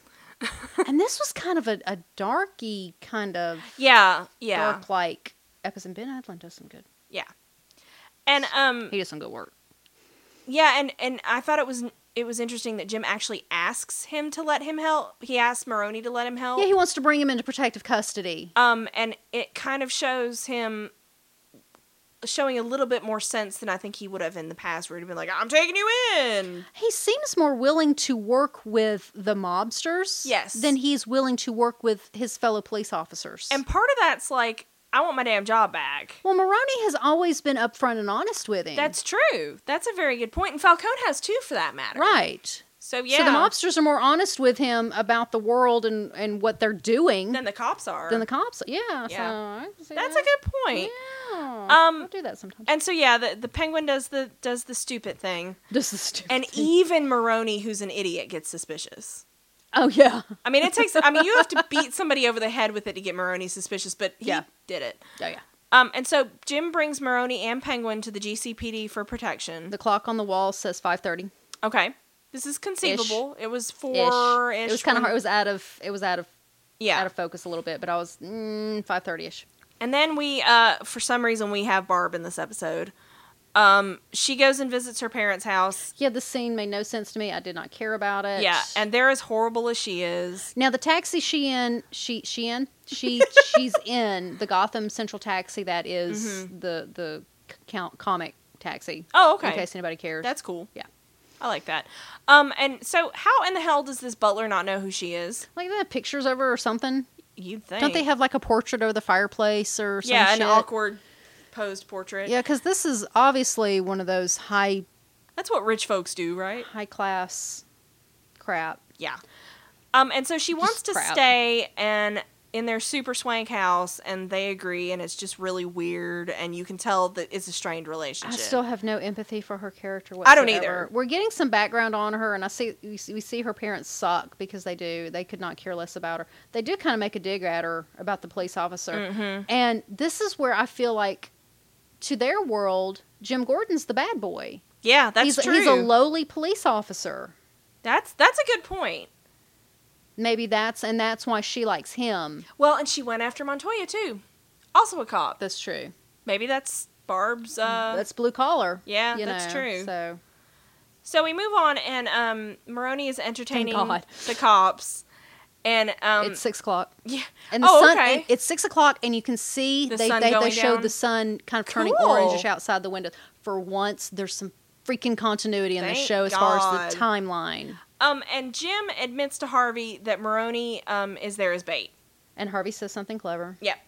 Speaker 2: and this was kind of a, a darky kind of
Speaker 1: Yeah, yeah,
Speaker 2: dark like episode. Ben Adlin does some good.
Speaker 1: yeah. And um,
Speaker 2: He does some good work.
Speaker 1: yeah, and and I thought it was it was interesting that Jim actually asks him to let him help. He asks Maroney to let him help.
Speaker 2: Yeah, he wants to bring him into protective custody.
Speaker 1: um, and it kind of shows him showing a little bit more sense than I think he would have in the past, where he'd been like, "I'm taking you in."
Speaker 2: He seems more willing to work with the mobsters
Speaker 1: Yes.
Speaker 2: than he's willing to work with his fellow police officers.
Speaker 1: And part of that's like I want my damn job back.
Speaker 2: Well, Maroney has always been upfront and honest with him.
Speaker 1: That's true. That's a very good point. And Falcone has too, for that matter.
Speaker 2: right.
Speaker 1: So yeah,
Speaker 2: So the mobsters are more honest with him about the world and, and what they're doing
Speaker 1: than the cops are.
Speaker 2: than the cops. Yeah. So
Speaker 1: Yeah.
Speaker 2: I can see
Speaker 1: That's a
Speaker 2: that.
Speaker 1: good point.
Speaker 2: Yeah.
Speaker 1: Um,
Speaker 2: I'll do that sometimes.
Speaker 1: And so yeah, the the penguin does the does the stupid thing,
Speaker 2: This is stupid.
Speaker 1: and e even Maroney, who's an idiot, gets suspicious.
Speaker 2: <laughs> oh yeah.
Speaker 1: I mean, it takes. I mean, you have to beat somebody over the head with it to get Maroney suspicious, but he
Speaker 2: Yeah.
Speaker 1: did it.
Speaker 2: Oh yeah.
Speaker 1: Um, and so Jim brings Maroney and Penguin to the GCPD for protection.
Speaker 2: The clock on the wall says five thirty.
Speaker 1: Okay, this is conceivable. It was four ish.
Speaker 2: It was kind of hard. It was out of it was out of
Speaker 1: yeah.
Speaker 2: out of focus a little bit, but I was mm, five thirty ish.
Speaker 1: And then we, uh, for some reason, we have Barb in this episode. Um, she goes and visits her parents' house.
Speaker 2: Yeah, this scene made no sense to me. I did not care about it.
Speaker 1: Yeah, and they're as horrible as she is.
Speaker 2: now the taxi she in she she in
Speaker 1: <laughs>
Speaker 2: she she's in the Gotham Central taxi that is the the c- count comic taxi.
Speaker 1: Mm-hmm. Oh, okay.
Speaker 2: In case anybody cares.
Speaker 1: That's cool.
Speaker 2: yeah.
Speaker 1: I like that. Um, and so how in the hell does this butler not know who she is?
Speaker 2: Like they have pictures of her or something.
Speaker 1: You'd think.
Speaker 2: Don't they have like a portrait over the fireplace or some
Speaker 1: yeah,
Speaker 2: shit?
Speaker 1: an awkward posed portrait.
Speaker 2: Yeah, because this is obviously one of those high
Speaker 1: That's what rich folks do, right?
Speaker 2: high class crap.
Speaker 1: Yeah. Um, and so she wants
Speaker 2: Just
Speaker 1: to
Speaker 2: crap.
Speaker 1: stay and in their super swank house, and they agree, and it's just really weird, and you can tell that it's a strained
Speaker 2: I
Speaker 1: relationship.
Speaker 2: still have no empathy for her character
Speaker 1: I
Speaker 2: whatsoever.
Speaker 1: don't either.
Speaker 2: We're getting some background on her, and I see we see we see her parents suck because they do. They could not care less about her. They do kind of make a dig at her about the police officer,
Speaker 1: Mhm.
Speaker 2: and this is where I feel like, to their world, Jim Gordon's the bad boy.
Speaker 1: yeah, that's
Speaker 2: he's,
Speaker 1: true.
Speaker 2: He's a lowly police officer.
Speaker 1: that's that's a good point.
Speaker 2: Maybe that's and that's why she likes him.
Speaker 1: Well, and she went after Montoya too, also a cop.
Speaker 2: That's true.
Speaker 1: Maybe that's Barb's. Uh,
Speaker 2: that's blue collar.
Speaker 1: yeah,
Speaker 2: you
Speaker 1: that's
Speaker 2: know,
Speaker 1: true.
Speaker 2: So
Speaker 1: So we move on, and um, Maroney is entertaining
Speaker 2: God.
Speaker 1: the cops, and um,
Speaker 2: it's six o'clock.
Speaker 1: yeah,
Speaker 2: And the
Speaker 1: Oh,
Speaker 2: sun,
Speaker 1: okay.
Speaker 2: and it's six o'clock, and you can see
Speaker 1: The
Speaker 2: they,
Speaker 1: sun
Speaker 2: they,
Speaker 1: going
Speaker 2: they showed
Speaker 1: down?
Speaker 2: the sun kind of turning
Speaker 1: Cool.
Speaker 2: orangish outside the window. For once, there's some freaking continuity in the
Speaker 1: Thank
Speaker 2: show as far as the
Speaker 1: God.
Speaker 2: timeline.
Speaker 1: um, and Jim admits to Harvey that Maroney um is there as bait.
Speaker 2: And Harvey says something clever.
Speaker 1: Yep.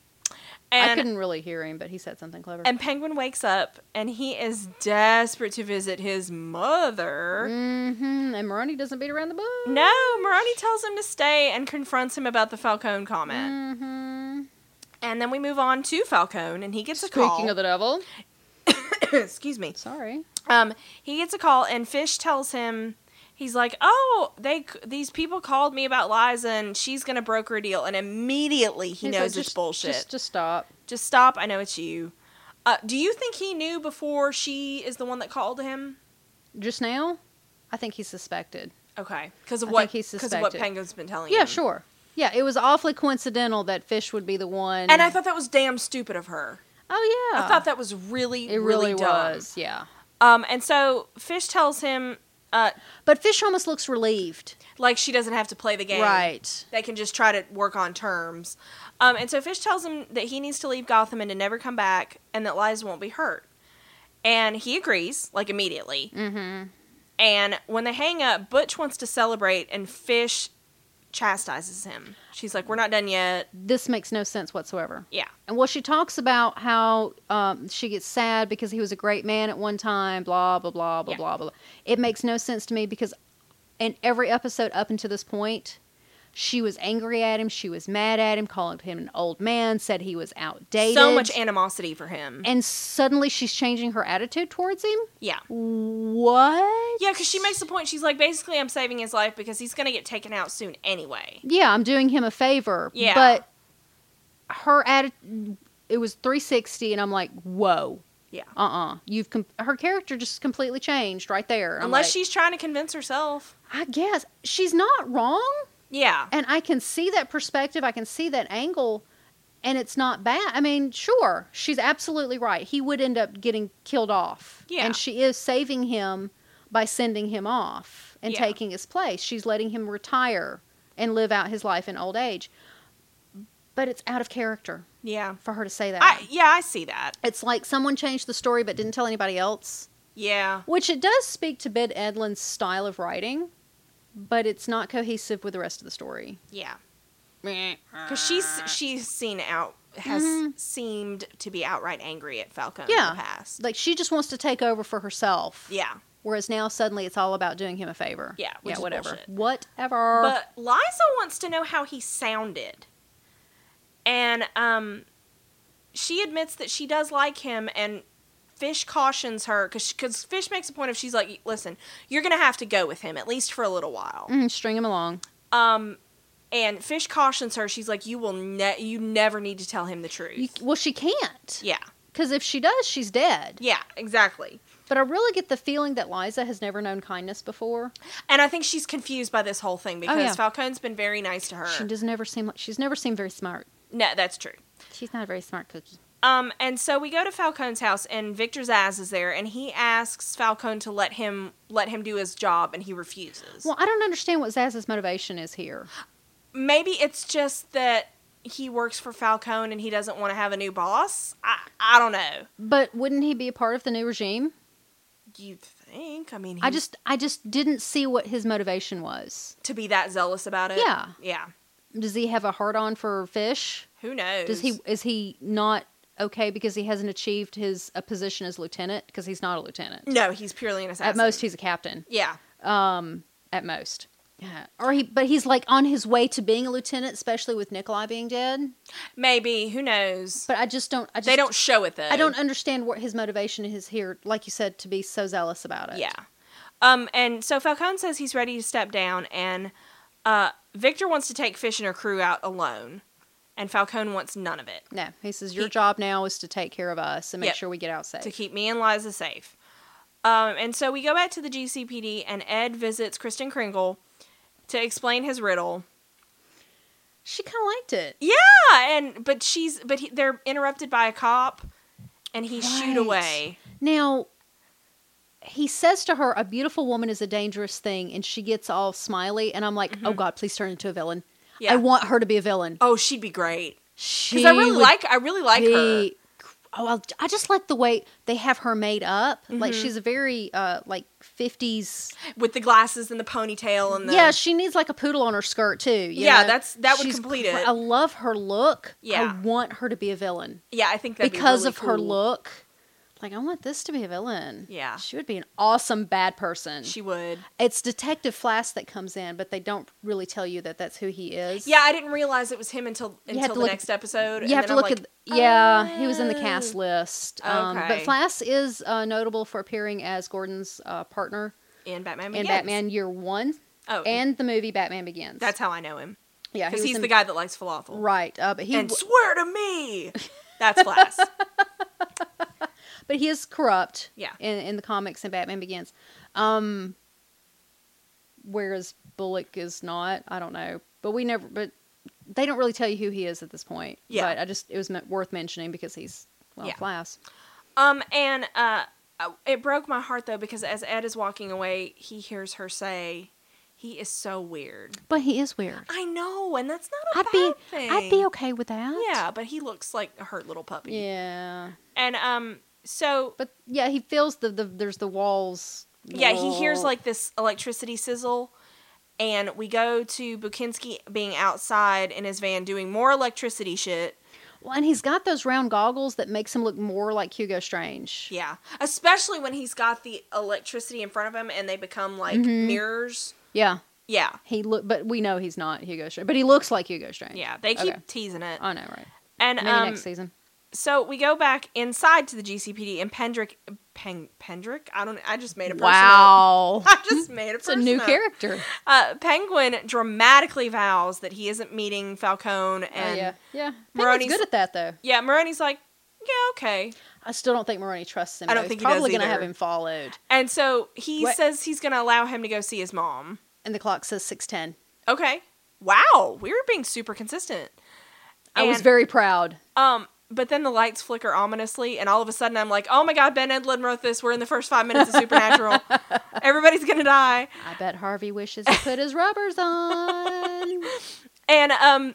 Speaker 1: And,
Speaker 2: I couldn't really hear him, but he said something clever.
Speaker 1: And Penguin wakes up, and he is desperate to visit his mother.
Speaker 2: hmm and Maroney doesn't beat around the bush.
Speaker 1: No, Maroni tells him to stay and confronts him about the Falcone comment.
Speaker 2: hmm
Speaker 1: And then we move on to Falcone, and he gets a call.
Speaker 2: Speaking of the devil,
Speaker 1: <coughs> excuse me.
Speaker 2: sorry.
Speaker 1: Um, he gets a call, and Fish tells him he's like, "Oh, they these people called me about Liza, and she's gonna broker a deal." And immediately he
Speaker 2: He's like,
Speaker 1: knows it's
Speaker 2: "Just-
Speaker 1: bullshit.
Speaker 2: Just,
Speaker 1: Just,
Speaker 2: just
Speaker 1: stop.
Speaker 2: stop.
Speaker 1: I know it's you. Uh, do you think he knew before she is the one that called him?
Speaker 2: Just now, I think he's suspected.
Speaker 1: Okay, because of
Speaker 2: I
Speaker 1: what
Speaker 2: think he
Speaker 1: because of what
Speaker 2: suspected.
Speaker 1: Penguin's been telling
Speaker 2: Yeah,
Speaker 1: him.
Speaker 2: sure. Yeah, it was awfully coincidental that Fish would be the one.
Speaker 1: And I thought that was damn stupid of her.
Speaker 2: oh yeah,
Speaker 1: I thought that was really,
Speaker 2: it
Speaker 1: really,
Speaker 2: really
Speaker 1: dumb.
Speaker 2: was. Yeah.
Speaker 1: Um, and so Fish tells him, uh,
Speaker 2: But Fish almost looks relieved.
Speaker 1: like she doesn't have to play the game.
Speaker 2: Right.
Speaker 1: They can just try to work on terms. Um, and so Fish tells him that he needs to leave Gotham and to never come back, and that Liza won't be hurt. And he agrees, like immediately.
Speaker 2: Mm-hmm.
Speaker 1: And when they hang up, Butch wants to celebrate, and Fish chastises him. She's like, "We're not done yet."
Speaker 2: This makes no sense whatsoever.
Speaker 1: Yeah.
Speaker 2: And well, she talks about how um, she gets sad because he was a great man at one time, blah, blah, blah, blah,
Speaker 1: Yeah.
Speaker 2: blah, blah. It makes no sense to me because in every episode up until this point, she was angry at him. She was mad at him, calling him an old man, said he was outdated.
Speaker 1: So much animosity for him.
Speaker 2: and suddenly she's changing her attitude towards him?
Speaker 1: yeah.
Speaker 2: What?
Speaker 1: Yeah, because she makes the point. She's like, basically, I'm saving his life because he's going to get taken out soon anyway.
Speaker 2: yeah, I'm doing him a favor.
Speaker 1: Yeah.
Speaker 2: But her attitude, it was 360, and I'm like, whoa,
Speaker 1: Yeah.
Speaker 2: uh uh-uh. uh. you have com- her character just completely changed right there. I'm
Speaker 1: Unless
Speaker 2: like,
Speaker 1: she's trying to convince herself.
Speaker 2: I guess she's not wrong,
Speaker 1: Yeah.
Speaker 2: and I can see that perspective, I can see that angle, and it's not bad. I mean, sure, she's absolutely right. He would end up getting killed off.
Speaker 1: Yeah.
Speaker 2: And she is saving him by sending him off and
Speaker 1: Yeah.
Speaker 2: taking his place. She's letting him retire and live out his life in old age. But it's out of character
Speaker 1: Yeah.
Speaker 2: for her to say that.
Speaker 1: I, yeah, I see that.
Speaker 2: it's like someone changed the story but didn't tell anybody else,
Speaker 1: Yeah.
Speaker 2: which it does speak to Ben Edlund's style of writing, but it's not cohesive with the rest of the story.
Speaker 1: Yeah.
Speaker 2: Because
Speaker 1: Cuz she's she's seen out has seemed to be outright angry at Falcone
Speaker 2: Mm-hmm. Yeah.
Speaker 1: in the past.
Speaker 2: Like she just wants to take over for herself.
Speaker 1: Yeah.
Speaker 2: Whereas now suddenly it's all about doing him a favor.
Speaker 1: Yeah, which
Speaker 2: Yeah.
Speaker 1: is
Speaker 2: Whatever.
Speaker 1: bullshit.
Speaker 2: Whatever.
Speaker 1: But Liza wants to know how he sounded. And um she admits that she does like him and Fish cautions her cuz cuz Fish makes a point of she's like listen, you're going to have to go with him at least for a little while.
Speaker 2: Mm, string him along.
Speaker 1: Um and Fish cautions her she's like you will ne- you never need to tell him the truth.
Speaker 2: You, well, she can't.
Speaker 1: yeah.
Speaker 2: Because if she does, she's dead.
Speaker 1: Yeah, exactly.
Speaker 2: But I really get the feeling that Liza has never known kindness before.
Speaker 1: And I think she's confused by this whole thing because
Speaker 2: Oh, yeah.
Speaker 1: Falcone's been very nice to her.
Speaker 2: She does never seem like she's never seemed very smart.
Speaker 1: no, that's true.
Speaker 2: She's not a very smart cookie.
Speaker 1: Um, and so we go to Falcone's house, and Victor Zaz is there, and he asks Falcone to let him let him do his job, and he refuses.
Speaker 2: Well, I don't understand what Zaz's motivation is here.
Speaker 1: Maybe it's just that he works for Falcone and he doesn't want to have a new boss. I I don't know.
Speaker 2: But wouldn't he be a part of the new regime?
Speaker 1: You think? I mean,
Speaker 2: I
Speaker 1: he-
Speaker 2: just I just didn't see what his motivation was.
Speaker 1: to be that zealous about it.
Speaker 2: Yeah.
Speaker 1: yeah.
Speaker 2: Does he have a hard on for fish?
Speaker 1: Who knows?
Speaker 2: Does he is he not okay because he hasn't achieved his a position as lieutenant because he's not a lieutenant.
Speaker 1: No, he's purely an assassin.
Speaker 2: At most he's a captain.
Speaker 1: yeah,
Speaker 2: At most. Yeah. Or he but he's like on his way to being a lieutenant especially with Nikolai being dead.
Speaker 1: maybe. Who knows?
Speaker 2: But I just don't I just
Speaker 1: they don't show it though.
Speaker 2: I don't understand what his motivation is here like you said to be so zealous about it.
Speaker 1: Yeah. Um, and so Falcone says he's ready to step down, and uh, Victor wants to take Fish and her crew out alone, and Falcone wants none of it
Speaker 2: No, he says your
Speaker 1: He-
Speaker 2: job now is to take care of us and make
Speaker 1: Yep.
Speaker 2: sure we get out safe.
Speaker 1: to keep me and Liza safe. Um, and so we go back to the GCPD, and Ed visits Kristen Kringle to explain his riddle.
Speaker 2: she kind of liked it.
Speaker 1: Yeah, and but she's but he, they're interrupted by a cop, and he shoot
Speaker 2: Right.
Speaker 1: away.
Speaker 2: Now, he says to her, "A beautiful woman is a dangerous thing," and she gets all smiley, and I'm like, "Oh God, please turn into a villain.
Speaker 1: Mm-hmm. Yeah.
Speaker 2: I want her to be a villain."
Speaker 1: Oh, she'd be great
Speaker 2: She
Speaker 1: because I really
Speaker 2: would
Speaker 1: like I really like her.
Speaker 2: be- Oh, I, I just like the way they have her made up. Like
Speaker 1: Mm-hmm.
Speaker 2: she's a very uh like 50s.
Speaker 1: with the glasses and the ponytail and the
Speaker 2: Yeah, she needs like a poodle on her skirt too. you
Speaker 1: Yeah,
Speaker 2: know?
Speaker 1: that's- that would
Speaker 2: She's
Speaker 1: complete
Speaker 2: cra-
Speaker 1: it.
Speaker 2: I love her look.
Speaker 1: Yeah.
Speaker 2: I want her to be a villain.
Speaker 1: yeah I think that'd be
Speaker 2: because
Speaker 1: really
Speaker 2: of her
Speaker 1: cool.
Speaker 2: look. Like I want this to be a villain.
Speaker 1: Yeah.
Speaker 2: she would be an awesome bad person.
Speaker 1: She would.
Speaker 2: it's Detective Flask that comes in, but they don't really tell you that that's who he is.
Speaker 1: Yeah, I didn't realize it was him until
Speaker 2: have
Speaker 1: until
Speaker 2: to
Speaker 1: the
Speaker 2: look-
Speaker 1: next episode.
Speaker 2: you have to look at. Yeah, he was in
Speaker 1: "Oh."
Speaker 2: the cast list. Um, But
Speaker 1: Okay.
Speaker 2: Flask is uh, notable for appearing as Gordon's uh, partner
Speaker 1: in Batman.
Speaker 2: in
Speaker 1: Begins.
Speaker 2: Batman Year One
Speaker 1: Oh,
Speaker 2: and the movie Batman Begins.
Speaker 1: that's how I know him
Speaker 2: yeah, he
Speaker 1: because
Speaker 2: was
Speaker 1: he's
Speaker 2: in-
Speaker 1: the guy that likes falafel.
Speaker 2: Right, uh, but he
Speaker 1: and
Speaker 2: w-
Speaker 1: swear to me, that's
Speaker 2: <laughs>
Speaker 1: Flash.
Speaker 2: but he is corrupt.
Speaker 1: Yeah.
Speaker 2: In, in the comics and Batman Begins, um, whereas Bullock is not. I don't know, but we never. But they don't really tell you who he is at this point.
Speaker 1: Yeah.
Speaker 2: But I just it was me- worth mentioning because he's well,
Speaker 1: Yeah.
Speaker 2: class.
Speaker 1: um, and uh, I- it broke my heart though because as Ed is walking away, he hears her say, "He is so weird."
Speaker 2: But he is weird.
Speaker 1: I know, and that's not
Speaker 2: I'd
Speaker 1: a
Speaker 2: be
Speaker 1: bad thing.
Speaker 2: I'd be okay with that.
Speaker 1: Yeah, but he looks like a hurt little puppy.
Speaker 2: Yeah.
Speaker 1: And um, so
Speaker 2: But yeah, he feels the, the there's the walls.
Speaker 1: Yeah, he hears like this electricity sizzle, and we go to Bukinski being outside in his van doing more electricity shit.
Speaker 2: Well, and he's got those round goggles that makes him look more like Hugo Strange.
Speaker 1: Yeah, especially when he's got the electricity in front of him and they become like
Speaker 2: Mhm.
Speaker 1: mirrors.
Speaker 2: yeah.
Speaker 1: Yeah,
Speaker 2: He look, but we know he's not Hugo Strange, but he looks like Hugo Strange.
Speaker 1: yeah, they keep
Speaker 2: Okay.
Speaker 1: teasing it.
Speaker 2: I know, right?
Speaker 1: And
Speaker 2: Maybe
Speaker 1: um,
Speaker 2: next season.
Speaker 1: so we go back inside to the GCPD and Pendrick, Pen, Pendrick. I don't. I just made a person. up.
Speaker 2: <laughs> Wow,
Speaker 1: <laughs> I just made a
Speaker 2: it's a
Speaker 1: person.
Speaker 2: new
Speaker 1: up.
Speaker 2: character. Oh,
Speaker 1: Uh, Penguin dramatically vows that he isn't meeting Falcone
Speaker 2: Oh
Speaker 1: and.
Speaker 2: yeah, yeah.
Speaker 1: Maroni's-
Speaker 2: Maroni's good at that though.
Speaker 1: Yeah, Maroni's like, yeah, okay.
Speaker 2: I still don't think Maroni trusts him.
Speaker 1: I don't
Speaker 2: though.
Speaker 1: think he
Speaker 2: he's
Speaker 1: does
Speaker 2: probably gonna
Speaker 1: either.
Speaker 2: have him followed.
Speaker 1: And so he
Speaker 2: What-
Speaker 1: says he's going to allow him to go see his mom.
Speaker 2: And the clock says six ten.
Speaker 1: Okay. Wow, we were being super consistent.
Speaker 2: I was
Speaker 1: And-
Speaker 2: very proud.
Speaker 1: Um, but then the lights flicker ominously, and all of a sudden I'm like, oh my god, Ben Edlund wrote this. We're in the first five minutes of Supernatural. Everybody's gonna die.
Speaker 2: I bet Harvey wishes he put his rubbers on. <laughs>
Speaker 1: And um,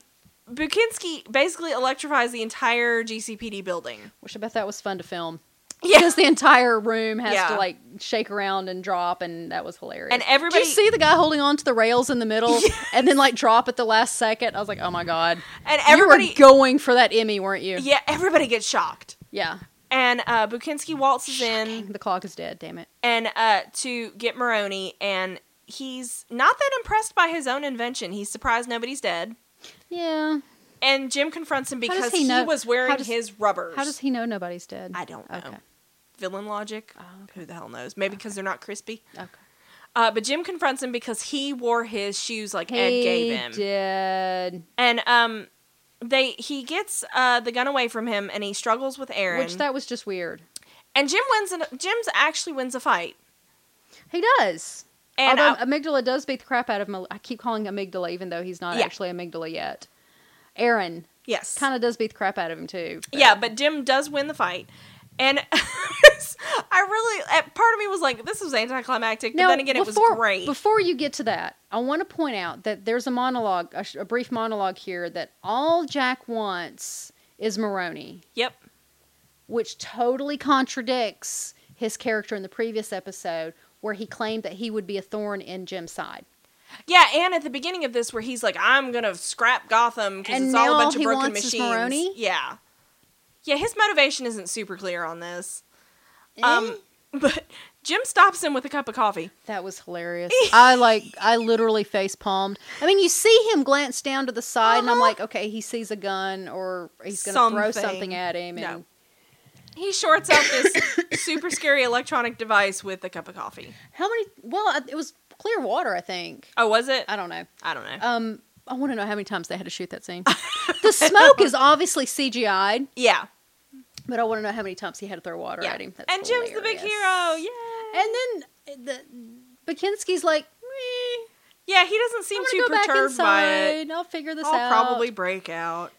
Speaker 1: Bukinski basically electrifies the entire GCPD building.
Speaker 2: Which I bet that was fun to film.
Speaker 1: Yeah.
Speaker 2: because the entire room has
Speaker 1: Yeah.
Speaker 2: to like shake around and drop, and that was hilarious.
Speaker 1: And
Speaker 2: Did
Speaker 1: everybody,
Speaker 2: you see the guy holding on to the rails in
Speaker 1: <laughs>
Speaker 2: the middle and then like drop at the last second? I was like, oh my god,
Speaker 1: and
Speaker 2: you
Speaker 1: everybody,
Speaker 2: were going for that Emmy, weren't you?
Speaker 1: yeah, everybody gets shocked.
Speaker 2: Yeah.
Speaker 1: And uh, Bukinski waltzes in
Speaker 2: The clock is dead. Damn it.
Speaker 1: and uh, to get Maroney, and he's not that impressed by his own invention. He's surprised nobody's dead.
Speaker 2: Yeah.
Speaker 1: And Jim confronts him because
Speaker 2: he
Speaker 1: he,
Speaker 2: know-
Speaker 1: was wearing
Speaker 2: how does-
Speaker 1: his rubbers.
Speaker 2: How does he know nobody's dead?
Speaker 1: I don't know.
Speaker 2: Okay. Oh,
Speaker 1: Villain logic? Who the hell knows? Maybe because they're not crispy.
Speaker 2: Okay.
Speaker 1: Uh, but Jim confronts him because he wore his shoes like Ed gave him.
Speaker 2: did.
Speaker 1: And um they he gets uh the gun away from him and he struggles with Aaron.
Speaker 2: Which that was just weird.
Speaker 1: and Jim wins an, Jim's actually wins a fight.
Speaker 2: He does.
Speaker 1: And uh,
Speaker 2: Although
Speaker 1: I-
Speaker 2: uh, amygdala does beat the crap out of him. I keep calling amygdala, even though he's not
Speaker 1: Yeah.
Speaker 2: actually amygdala yet. Aaron
Speaker 1: yes.
Speaker 2: kind of does beat the crap out of him too. but-
Speaker 1: yeah, but Jim does win the fight. And <laughs> I really uh, part of me was like this was anticlimactic, but then again it was great.
Speaker 2: Before you get to that, I want to point out that there's a monologue, a, sh- a brief monologue here that all Jack wants is Maroney,
Speaker 1: yep.
Speaker 2: which totally contradicts his character in the previous episode where he claimed that he would be a thorn in Jim's side.
Speaker 1: Yeah, and at the beginning of this, where he's like, "I'm gonna scrap Gotham because
Speaker 2: And
Speaker 1: it's
Speaker 2: now
Speaker 1: all a
Speaker 2: all
Speaker 1: bunch of
Speaker 2: he
Speaker 1: broken
Speaker 2: wants is
Speaker 1: machines."
Speaker 2: Maroni?
Speaker 1: Yeah, yeah. His motivation isn't super clear on this.
Speaker 2: Eh?
Speaker 1: Um, <laughs> but Jim stops him with a cup of coffee.
Speaker 2: That was
Speaker 1: <laughs>
Speaker 2: hilarious. I like I literally face palmed. I mean, you see him glance down to the side and I'm
Speaker 1: Uh-huh.
Speaker 2: like, okay, he sees a gun or he's going to throw
Speaker 1: Something.
Speaker 2: something at him and
Speaker 1: No. He shorts out this
Speaker 2: <coughs>
Speaker 1: super scary electronic device with a cup of coffee.
Speaker 2: How many well, I- it was clear water, I think.
Speaker 1: Oh, was it?
Speaker 2: I don't know.
Speaker 1: I don't know.
Speaker 2: Um, I want to know how many times they had to shoot that scene. <laughs> the smoke is obviously CGI'd,
Speaker 1: yeah,
Speaker 2: but I want to know how many times he had to throw water
Speaker 1: yeah.
Speaker 2: at him. That's
Speaker 1: and Jim's the big
Speaker 2: hilarious.
Speaker 1: hero. Yeah,
Speaker 2: And then eh, the Bakinski's like, "Meh,
Speaker 1: yeah. He doesn't seem
Speaker 2: I'm gonna
Speaker 1: too
Speaker 2: go back
Speaker 1: perturbed by it.
Speaker 2: inside. I'll figure this
Speaker 1: I'll
Speaker 2: out.
Speaker 1: probably break out.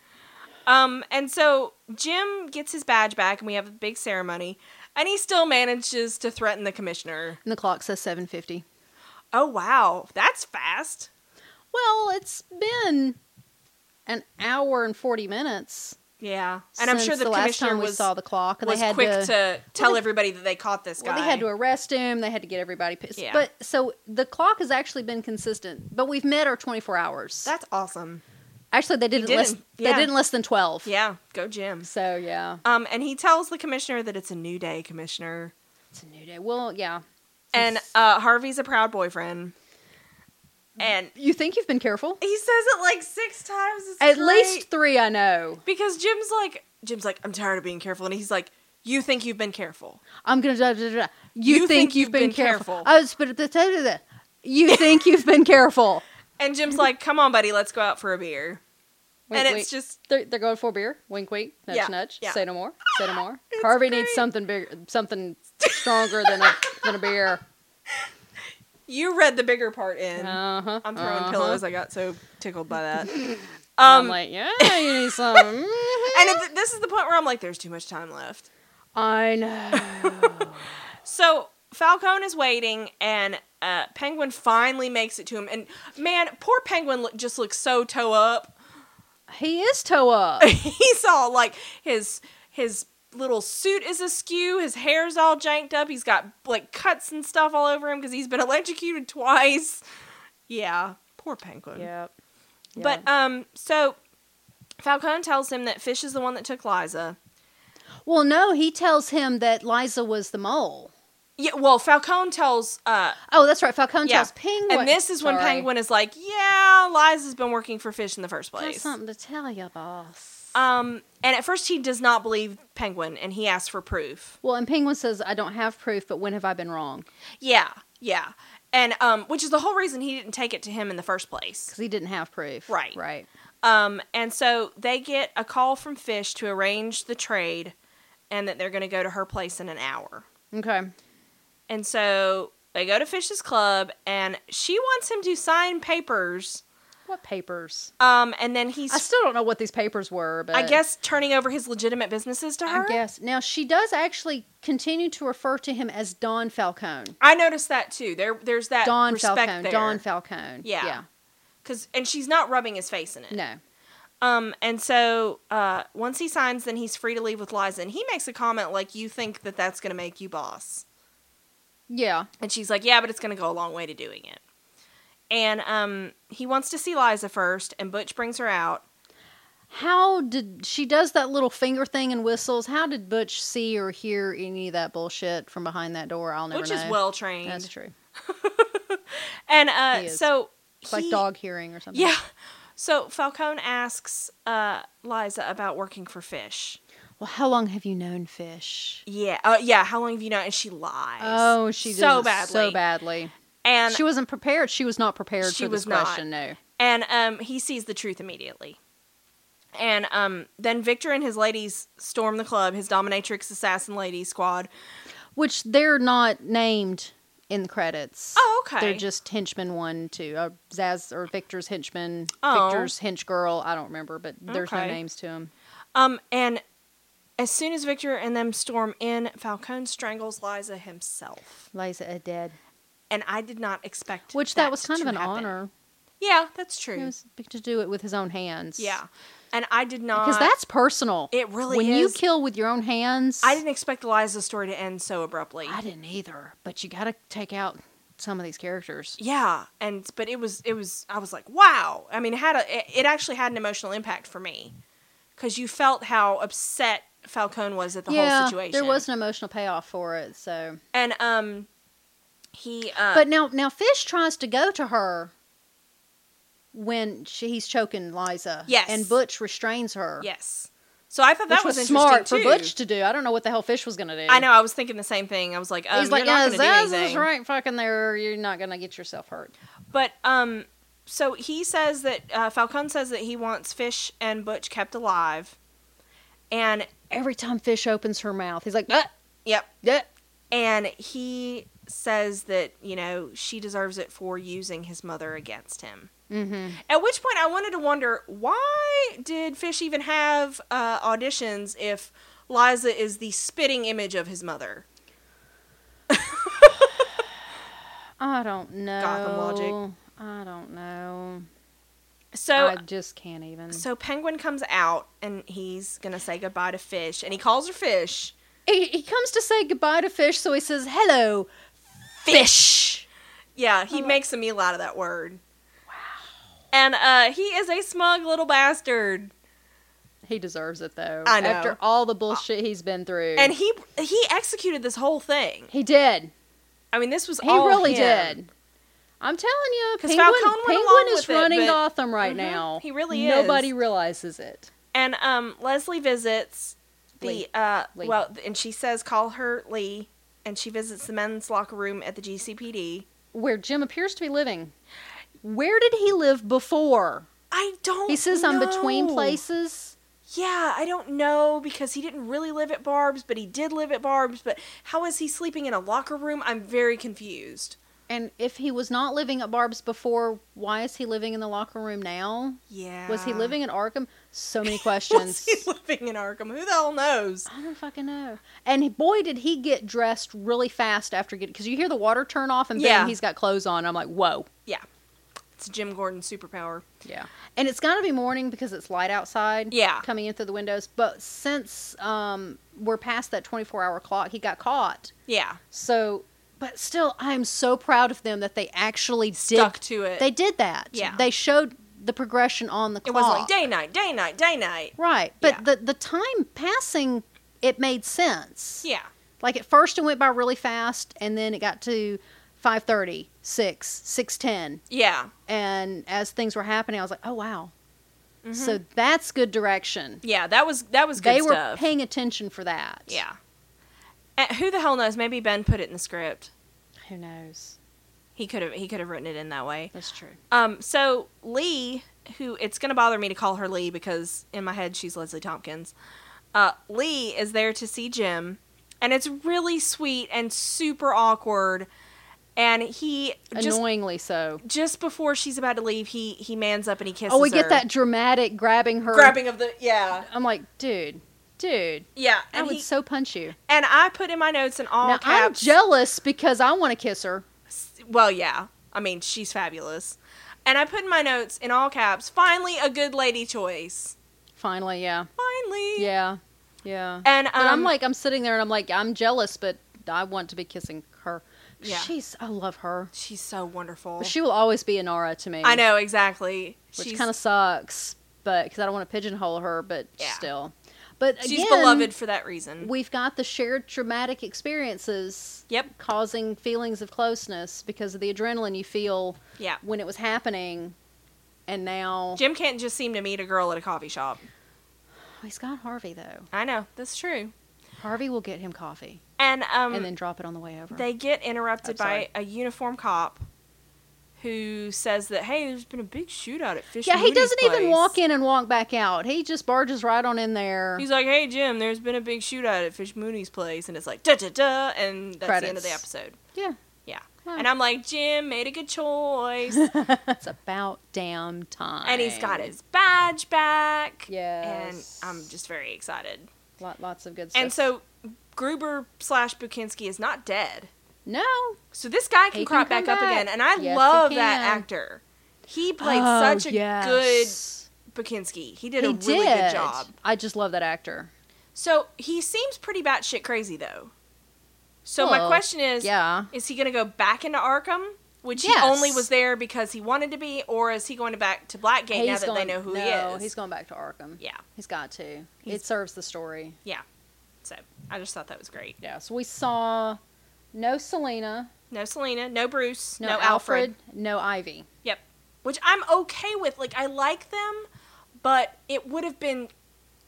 Speaker 1: Um, and so Jim gets his badge back, and we have a big ceremony, and he still manages to threaten the commissioner.
Speaker 2: And the clock says 7:50.
Speaker 1: Oh wow, that's fast.
Speaker 2: Well, it's been an hour and 40 minutes.
Speaker 1: Yeah, and I'm sure
Speaker 2: since
Speaker 1: the,
Speaker 2: last
Speaker 1: commissioner
Speaker 2: time we
Speaker 1: was
Speaker 2: saw the clock, and
Speaker 1: was
Speaker 2: they had
Speaker 1: quick
Speaker 2: to,
Speaker 1: to, tell
Speaker 2: well, they-
Speaker 1: everybody that they caught this guy.
Speaker 2: Well, they had to arrest him. They had to get everybody pissed.
Speaker 1: Yeah.
Speaker 2: But so the clock has actually been consistent, but we've met our 24 hours.
Speaker 1: that's awesome.
Speaker 2: actually, they didn't.
Speaker 1: didn't,
Speaker 2: Less,
Speaker 1: yeah.
Speaker 2: They didn't less than 12.
Speaker 1: Yeah, go Jim.
Speaker 2: So yeah,
Speaker 1: Um, and he tells the commissioner that it's a new day, commissioner.
Speaker 2: it's a new day. Well, yeah.
Speaker 1: And uh, Harvey's a proud boyfriend, and
Speaker 2: You think you've been careful?
Speaker 1: he says it like six times.
Speaker 2: At
Speaker 1: straight.
Speaker 2: least three, I know.
Speaker 1: Because Jim's like, Jim's like, I'm tired of being careful, and he's like, you think you've been careful?
Speaker 2: I'm gonna. Da, da, da, da. You, think, you've been, careful? I was, but the da, da, da.
Speaker 1: <laughs>
Speaker 2: you think you've been careful?
Speaker 1: And Jim's like, come on, buddy, let's go out for a beer.
Speaker 2: Wait,
Speaker 1: and
Speaker 2: wait.
Speaker 1: it's just,
Speaker 2: They're, they're going for a beer. Wink, wink. Nudge,
Speaker 1: Yeah,
Speaker 2: nudge.
Speaker 1: yeah.
Speaker 2: Say no more.
Speaker 1: <laughs>
Speaker 2: Say no more.
Speaker 1: It's
Speaker 2: Harvey
Speaker 1: great.
Speaker 2: needs something bigger, something stronger than a than
Speaker 1: <laughs>
Speaker 2: a beer.
Speaker 1: you read the bigger part in.
Speaker 2: Uh huh.
Speaker 1: I'm throwing pillows. I got so tickled by
Speaker 2: <laughs>
Speaker 1: that.
Speaker 2: I'm
Speaker 1: um,
Speaker 2: like, yeah, you
Speaker 1: <laughs>
Speaker 2: need some. Mm-hmm.
Speaker 1: and it's, this is the point where I'm like, there's too much time left.
Speaker 2: I know.
Speaker 1: So Falcone is waiting, and uh, Penguin finally makes it to him. And man, poor Penguin look, just looks so toe up.
Speaker 2: he is
Speaker 1: <laughs>
Speaker 2: toe up.
Speaker 1: he saw like his his little suit is askew his hair's all janked up he's got like cuts and stuff all over him because he's been <laughs> electrocuted twice yeah poor penguin
Speaker 2: Yep.
Speaker 1: but
Speaker 2: uh,
Speaker 1: um so falcone tells him that fish is the one that took liza
Speaker 2: well, no, he tells him that Liza was the mole.
Speaker 1: yeah well falcone tells uh
Speaker 2: Oh, that's right. Falcone
Speaker 1: Yeah.
Speaker 2: tells Penguin.
Speaker 1: and this is when
Speaker 2: Sorry.
Speaker 1: penguin is like yeah liza's been working for fish in the first
Speaker 2: Got
Speaker 1: place
Speaker 2: something to tell you, boss.
Speaker 1: um and at first he does not believe penguin and he asks for proof
Speaker 2: well, and Penguin says, "I don't have proof, but when have I been wrong?"
Speaker 1: Yeah, yeah. And um which is the whole reason he didn't take it to him in the first place.
Speaker 2: Because he didn't have proof.
Speaker 1: Right.
Speaker 2: Right.
Speaker 1: Um and so they get a call from Fish to arrange the trade and that they're going to go to her place in an hour.
Speaker 2: Okay.
Speaker 1: And so they go to Fish's club and she wants him to sign papers
Speaker 2: What papers?
Speaker 1: um and then he's
Speaker 2: I still don't know what these papers were, but
Speaker 1: I guess turning over his legitimate businesses to her.
Speaker 2: I guess now she does actually continue to refer to him as Don Falcone.
Speaker 1: I noticed that too. There there's that
Speaker 2: Don
Speaker 1: respect
Speaker 2: Falcone.
Speaker 1: there.
Speaker 2: Don Falcone.
Speaker 1: Yeah. Cuz and she's not rubbing his face in it.
Speaker 2: No.
Speaker 1: Um, and so uh, once he signs, then he's free to leave with Liza. And he makes a comment like, You think that that's going to make you boss?
Speaker 2: Yeah.
Speaker 1: And she's like, Yeah, but it's going to go a long way to doing it. And um, he wants to see Liza first, and Butch brings her out.
Speaker 2: How did she does that little finger thing and whistles? How did Butch see or hear any of that bullshit from behind that door? I'll never
Speaker 1: which
Speaker 2: know.
Speaker 1: is well trained.
Speaker 2: That's true.
Speaker 1: And uh,
Speaker 2: He is.
Speaker 1: so
Speaker 2: It's like
Speaker 1: he-
Speaker 2: dog hearing or something.
Speaker 1: Yeah. So Falcone asks uh, Liza about working for Fish.
Speaker 2: Well, how long have you known fish?
Speaker 1: Yeah. Uh, yeah. How long have you known? And she lies.
Speaker 2: Oh, she did
Speaker 1: so
Speaker 2: it
Speaker 1: badly.
Speaker 2: So badly.
Speaker 1: And
Speaker 2: she wasn't prepared. She was not prepared
Speaker 1: She
Speaker 2: for this
Speaker 1: was not.
Speaker 2: question. No.
Speaker 1: and um, he sees the truth immediately. And um, then Victor and his ladies storm the club, his dominatrix assassin lady squad.
Speaker 2: Which they're not named in the credits.
Speaker 1: Oh, okay.
Speaker 2: They're just henchmen one, two. Uh, Zaz or Victor's henchman,
Speaker 1: Oh.
Speaker 2: Victor's hench girl. I don't remember, but there's no
Speaker 1: Okay.
Speaker 2: names to them.
Speaker 1: Um, and as soon as Victor and them storm in, Falcone strangles Liza himself.
Speaker 2: Liza is dead.
Speaker 1: And I did not expect
Speaker 2: Which that, was kind of
Speaker 1: to
Speaker 2: an
Speaker 1: happen.
Speaker 2: honor.
Speaker 1: Yeah, that's
Speaker 2: It
Speaker 1: true.
Speaker 2: was big to do it with his own hands.
Speaker 1: yeah, and I did not
Speaker 2: Because that's personal.
Speaker 1: It really
Speaker 2: when you
Speaker 1: is.
Speaker 2: kill with your own hands.
Speaker 1: I didn't expect Liza's story to end so abruptly.
Speaker 2: I didn't either. But you got to take out some of these characters.
Speaker 1: Yeah, and but it was it was I was like, wow. I mean, it had a it, it actually had an emotional impact for me because you felt how upset Falcone was at the
Speaker 2: yeah,
Speaker 1: whole situation.
Speaker 2: there was an emotional payoff for it. So,
Speaker 1: and um, he uh,
Speaker 2: but now, now Fish tries to go to her when she, he's choking Liza.
Speaker 1: Yes.
Speaker 2: and Butch restrains her.
Speaker 1: yes. So I thought
Speaker 2: which
Speaker 1: that was,
Speaker 2: was, smart for
Speaker 1: interesting, too.
Speaker 2: Butch to do. I don't know what the hell Fish was gonna do.
Speaker 1: I know. I was thinking the same thing. I was like, um,
Speaker 2: He's like,
Speaker 1: you're
Speaker 2: yeah,
Speaker 1: not going to do
Speaker 2: Zaz is
Speaker 1: anything.
Speaker 2: right fucking there. You're not gonna get yourself hurt.
Speaker 1: But um, so he says that uh, Falcone says that he wants Fish and Butch kept alive, and
Speaker 2: Every time Fish opens her mouth, he's like, ah,
Speaker 1: yep,
Speaker 2: yeah.
Speaker 1: and he says that you know she deserves it for using his mother against him
Speaker 2: Mm-hmm.
Speaker 1: at which point i wanted to wonder why did fish even have uh, auditions if liza is the spitting image of his mother
Speaker 2: I don't know.
Speaker 1: logic.
Speaker 2: I don't know.
Speaker 1: so
Speaker 2: I just can't even.
Speaker 1: so penguin comes out and he's gonna say goodbye to fish and he calls her fish
Speaker 2: he, he comes to say goodbye to Fish, so he says, hello,
Speaker 1: fish yeah
Speaker 2: Uh-huh.
Speaker 1: he makes a meal out of that word wow and uh he is a smug little bastard
Speaker 2: He deserves it though.
Speaker 1: I know.
Speaker 2: After all the bullshit he's been through.
Speaker 1: and he he executed this whole thing
Speaker 2: he did.
Speaker 1: I mean, this was
Speaker 2: He
Speaker 1: all
Speaker 2: really
Speaker 1: him.
Speaker 2: did. I'm telling you,
Speaker 1: 'Cause
Speaker 2: Penguin,
Speaker 1: Falcone went
Speaker 2: Penguin
Speaker 1: along
Speaker 2: is
Speaker 1: with it,
Speaker 2: running
Speaker 1: but-
Speaker 2: Gotham right
Speaker 1: Mhm.
Speaker 2: now.
Speaker 1: He really is.
Speaker 2: Nobody realizes it.
Speaker 1: And um, Leslie visits the
Speaker 2: Lee.
Speaker 1: uh,
Speaker 2: Lee.
Speaker 1: well, and she says call her Lee, and she visits the men's locker room at the GCPD.
Speaker 2: Where Jim appears to be living. Where did he live before?
Speaker 1: I don't.
Speaker 2: He says I'm between
Speaker 1: know.
Speaker 2: places.
Speaker 1: Yeah, I don't know because he didn't really live at Barb's, but he did live at Barb's. But how is he sleeping in a locker room? I'm very confused.
Speaker 2: And if he was not living at Barb's before, why is he living in the locker room now?
Speaker 1: Yeah.
Speaker 2: Was he living in Arkham? So
Speaker 1: <laughs>
Speaker 2: many questions.
Speaker 1: Ah. Was he living in Arkham? Who the hell knows?
Speaker 2: I don't fucking know. And boy, did he get dressed really fast after getting because you hear the water turn off and bam,
Speaker 1: Yeah.
Speaker 2: he's got clothes on. I'm like, whoa,
Speaker 1: Yeah, it's Jim Gordon's superpower.
Speaker 2: yeah. And it's got to be morning because it's light outside.
Speaker 1: Yeah.
Speaker 2: coming in through the windows. But since um, we're past that 24 hour clock, he got caught.
Speaker 1: Yeah,
Speaker 2: So, but still, I'm so proud of them that they actually
Speaker 1: stuck
Speaker 2: did.
Speaker 1: to it.
Speaker 2: They did that.
Speaker 1: Yeah.
Speaker 2: they showed the progression on the
Speaker 1: it
Speaker 2: clock.
Speaker 1: was like day night, day night, day night.
Speaker 2: right? But
Speaker 1: Yeah.
Speaker 2: the the time passing, it made sense.
Speaker 1: Yeah.
Speaker 2: Like at first it went by really fast and then it got to 5:30, 6, 6:10
Speaker 1: Yeah.
Speaker 2: and as things were happening I was like, "Oh wow." So that's good direction.
Speaker 1: Yeah, that was that was Mm-hmm. good
Speaker 2: they were
Speaker 1: stuff.
Speaker 2: paying attention for that.
Speaker 1: yeah. Uh, who the hell knows? Maybe Ben put it in the script.
Speaker 2: Who knows?
Speaker 1: He could have he could have written it in that way.
Speaker 2: That's true.
Speaker 1: Um so Lee, who it's going to bother me to call her Lee because in my head she's Leslie Tompkins. Uh Lee is there to see Jim and it's really sweet and super awkward and he just
Speaker 2: Annoyingly so.
Speaker 1: just before she's about to leave, he he mans up and he kisses
Speaker 2: Oh, we
Speaker 1: her.
Speaker 2: get that dramatic grabbing her.
Speaker 1: grabbing of the yeah.
Speaker 2: I'm like, "Dude, dude,
Speaker 1: Yeah,
Speaker 2: I
Speaker 1: and
Speaker 2: would
Speaker 1: he,
Speaker 2: so punch you."
Speaker 1: and I put in my notes in all
Speaker 2: Now, I'm
Speaker 1: caps.
Speaker 2: jealous because I want to kiss her.
Speaker 1: well, yeah. I mean, she's fabulous. And I put in my notes in all caps, finally a good lady choice.
Speaker 2: Finally, yeah.
Speaker 1: Finally.
Speaker 2: Yeah. Yeah.
Speaker 1: And um,
Speaker 2: But I'm like, I'm sitting there and I'm like, I'm jealous, but I want to be kissing her.
Speaker 1: Yeah.
Speaker 2: She's, I love her.
Speaker 1: she's so wonderful.
Speaker 2: But she will always be Inara to me.
Speaker 1: I know exactly.
Speaker 2: Which
Speaker 1: she's
Speaker 2: kind of sucks, but because I don't want to pigeonhole her, but
Speaker 1: Yeah.
Speaker 2: still. But again,
Speaker 1: she's beloved for that reason.
Speaker 2: We've got the shared traumatic experiences
Speaker 1: Yep.
Speaker 2: causing feelings of closeness because of the adrenaline you feel
Speaker 1: Yeah.
Speaker 2: when it was happening. And now
Speaker 1: Jim can't just seem to meet a girl at a coffee shop.
Speaker 2: Oh, he's got Harvey though.
Speaker 1: I know that's true.
Speaker 2: Harvey will get him coffee
Speaker 1: And um,
Speaker 2: and then drop it on the way over.
Speaker 1: they get interrupted
Speaker 2: I'm
Speaker 1: by
Speaker 2: sorry.
Speaker 1: a uniform cop who says that hey, there's been a big shootout at Fish.
Speaker 2: yeah, he
Speaker 1: Moody's
Speaker 2: doesn't even
Speaker 1: place."
Speaker 2: walk in and walk back out. He just barges right on in there. <laughs>
Speaker 1: He's like, "Hey Jim, there's been a big shootout at Fish Mooney's place," and it's like, "Da da da," and that's the end of the
Speaker 2: Credits.
Speaker 1: episode.
Speaker 2: yeah,
Speaker 1: Yeah,
Speaker 2: Huh.
Speaker 1: and I'm like, Jim made a good
Speaker 2: <laughs>
Speaker 1: choice,
Speaker 2: it's about damn time.
Speaker 1: and he's got his badge back.
Speaker 2: Yes.
Speaker 1: and I'm just very excited.
Speaker 2: Lot, lots of good stuff.
Speaker 1: And so Gruber slash Bukinski is not dead,
Speaker 2: no,
Speaker 1: so this guy can
Speaker 2: He can
Speaker 1: crop
Speaker 2: come
Speaker 1: back up
Speaker 2: back.
Speaker 1: again, and I
Speaker 2: Yes, he
Speaker 1: love that
Speaker 2: can.
Speaker 1: actor. He played
Speaker 2: Oh,
Speaker 1: such a good
Speaker 2: yes.
Speaker 1: Bukinski. He did a
Speaker 2: he
Speaker 1: really
Speaker 2: did.
Speaker 1: good job.
Speaker 2: I just love that actor.
Speaker 1: So he seems pretty batshit crazy though. So my
Speaker 2: Well,
Speaker 1: question is,
Speaker 2: yeah.
Speaker 1: is he going to go back into Arkham, which
Speaker 2: Yes.
Speaker 1: he only was there because he wanted to be, or is he going to back to Blackgate now
Speaker 2: He's
Speaker 1: that
Speaker 2: going-
Speaker 1: they know who he
Speaker 2: no,
Speaker 1: is?
Speaker 2: He's going back to Arkham.
Speaker 1: yeah,
Speaker 2: He's got to.
Speaker 1: He's-
Speaker 2: it serves the story.
Speaker 1: yeah. So I just thought that was great.
Speaker 2: Yeah. So we saw no Selena,
Speaker 1: No Selena, no Bruce,
Speaker 2: no,
Speaker 1: no, Alfred.
Speaker 2: no Ivy.
Speaker 1: Yep. Which I'm okay with. Like I like them, but it would have been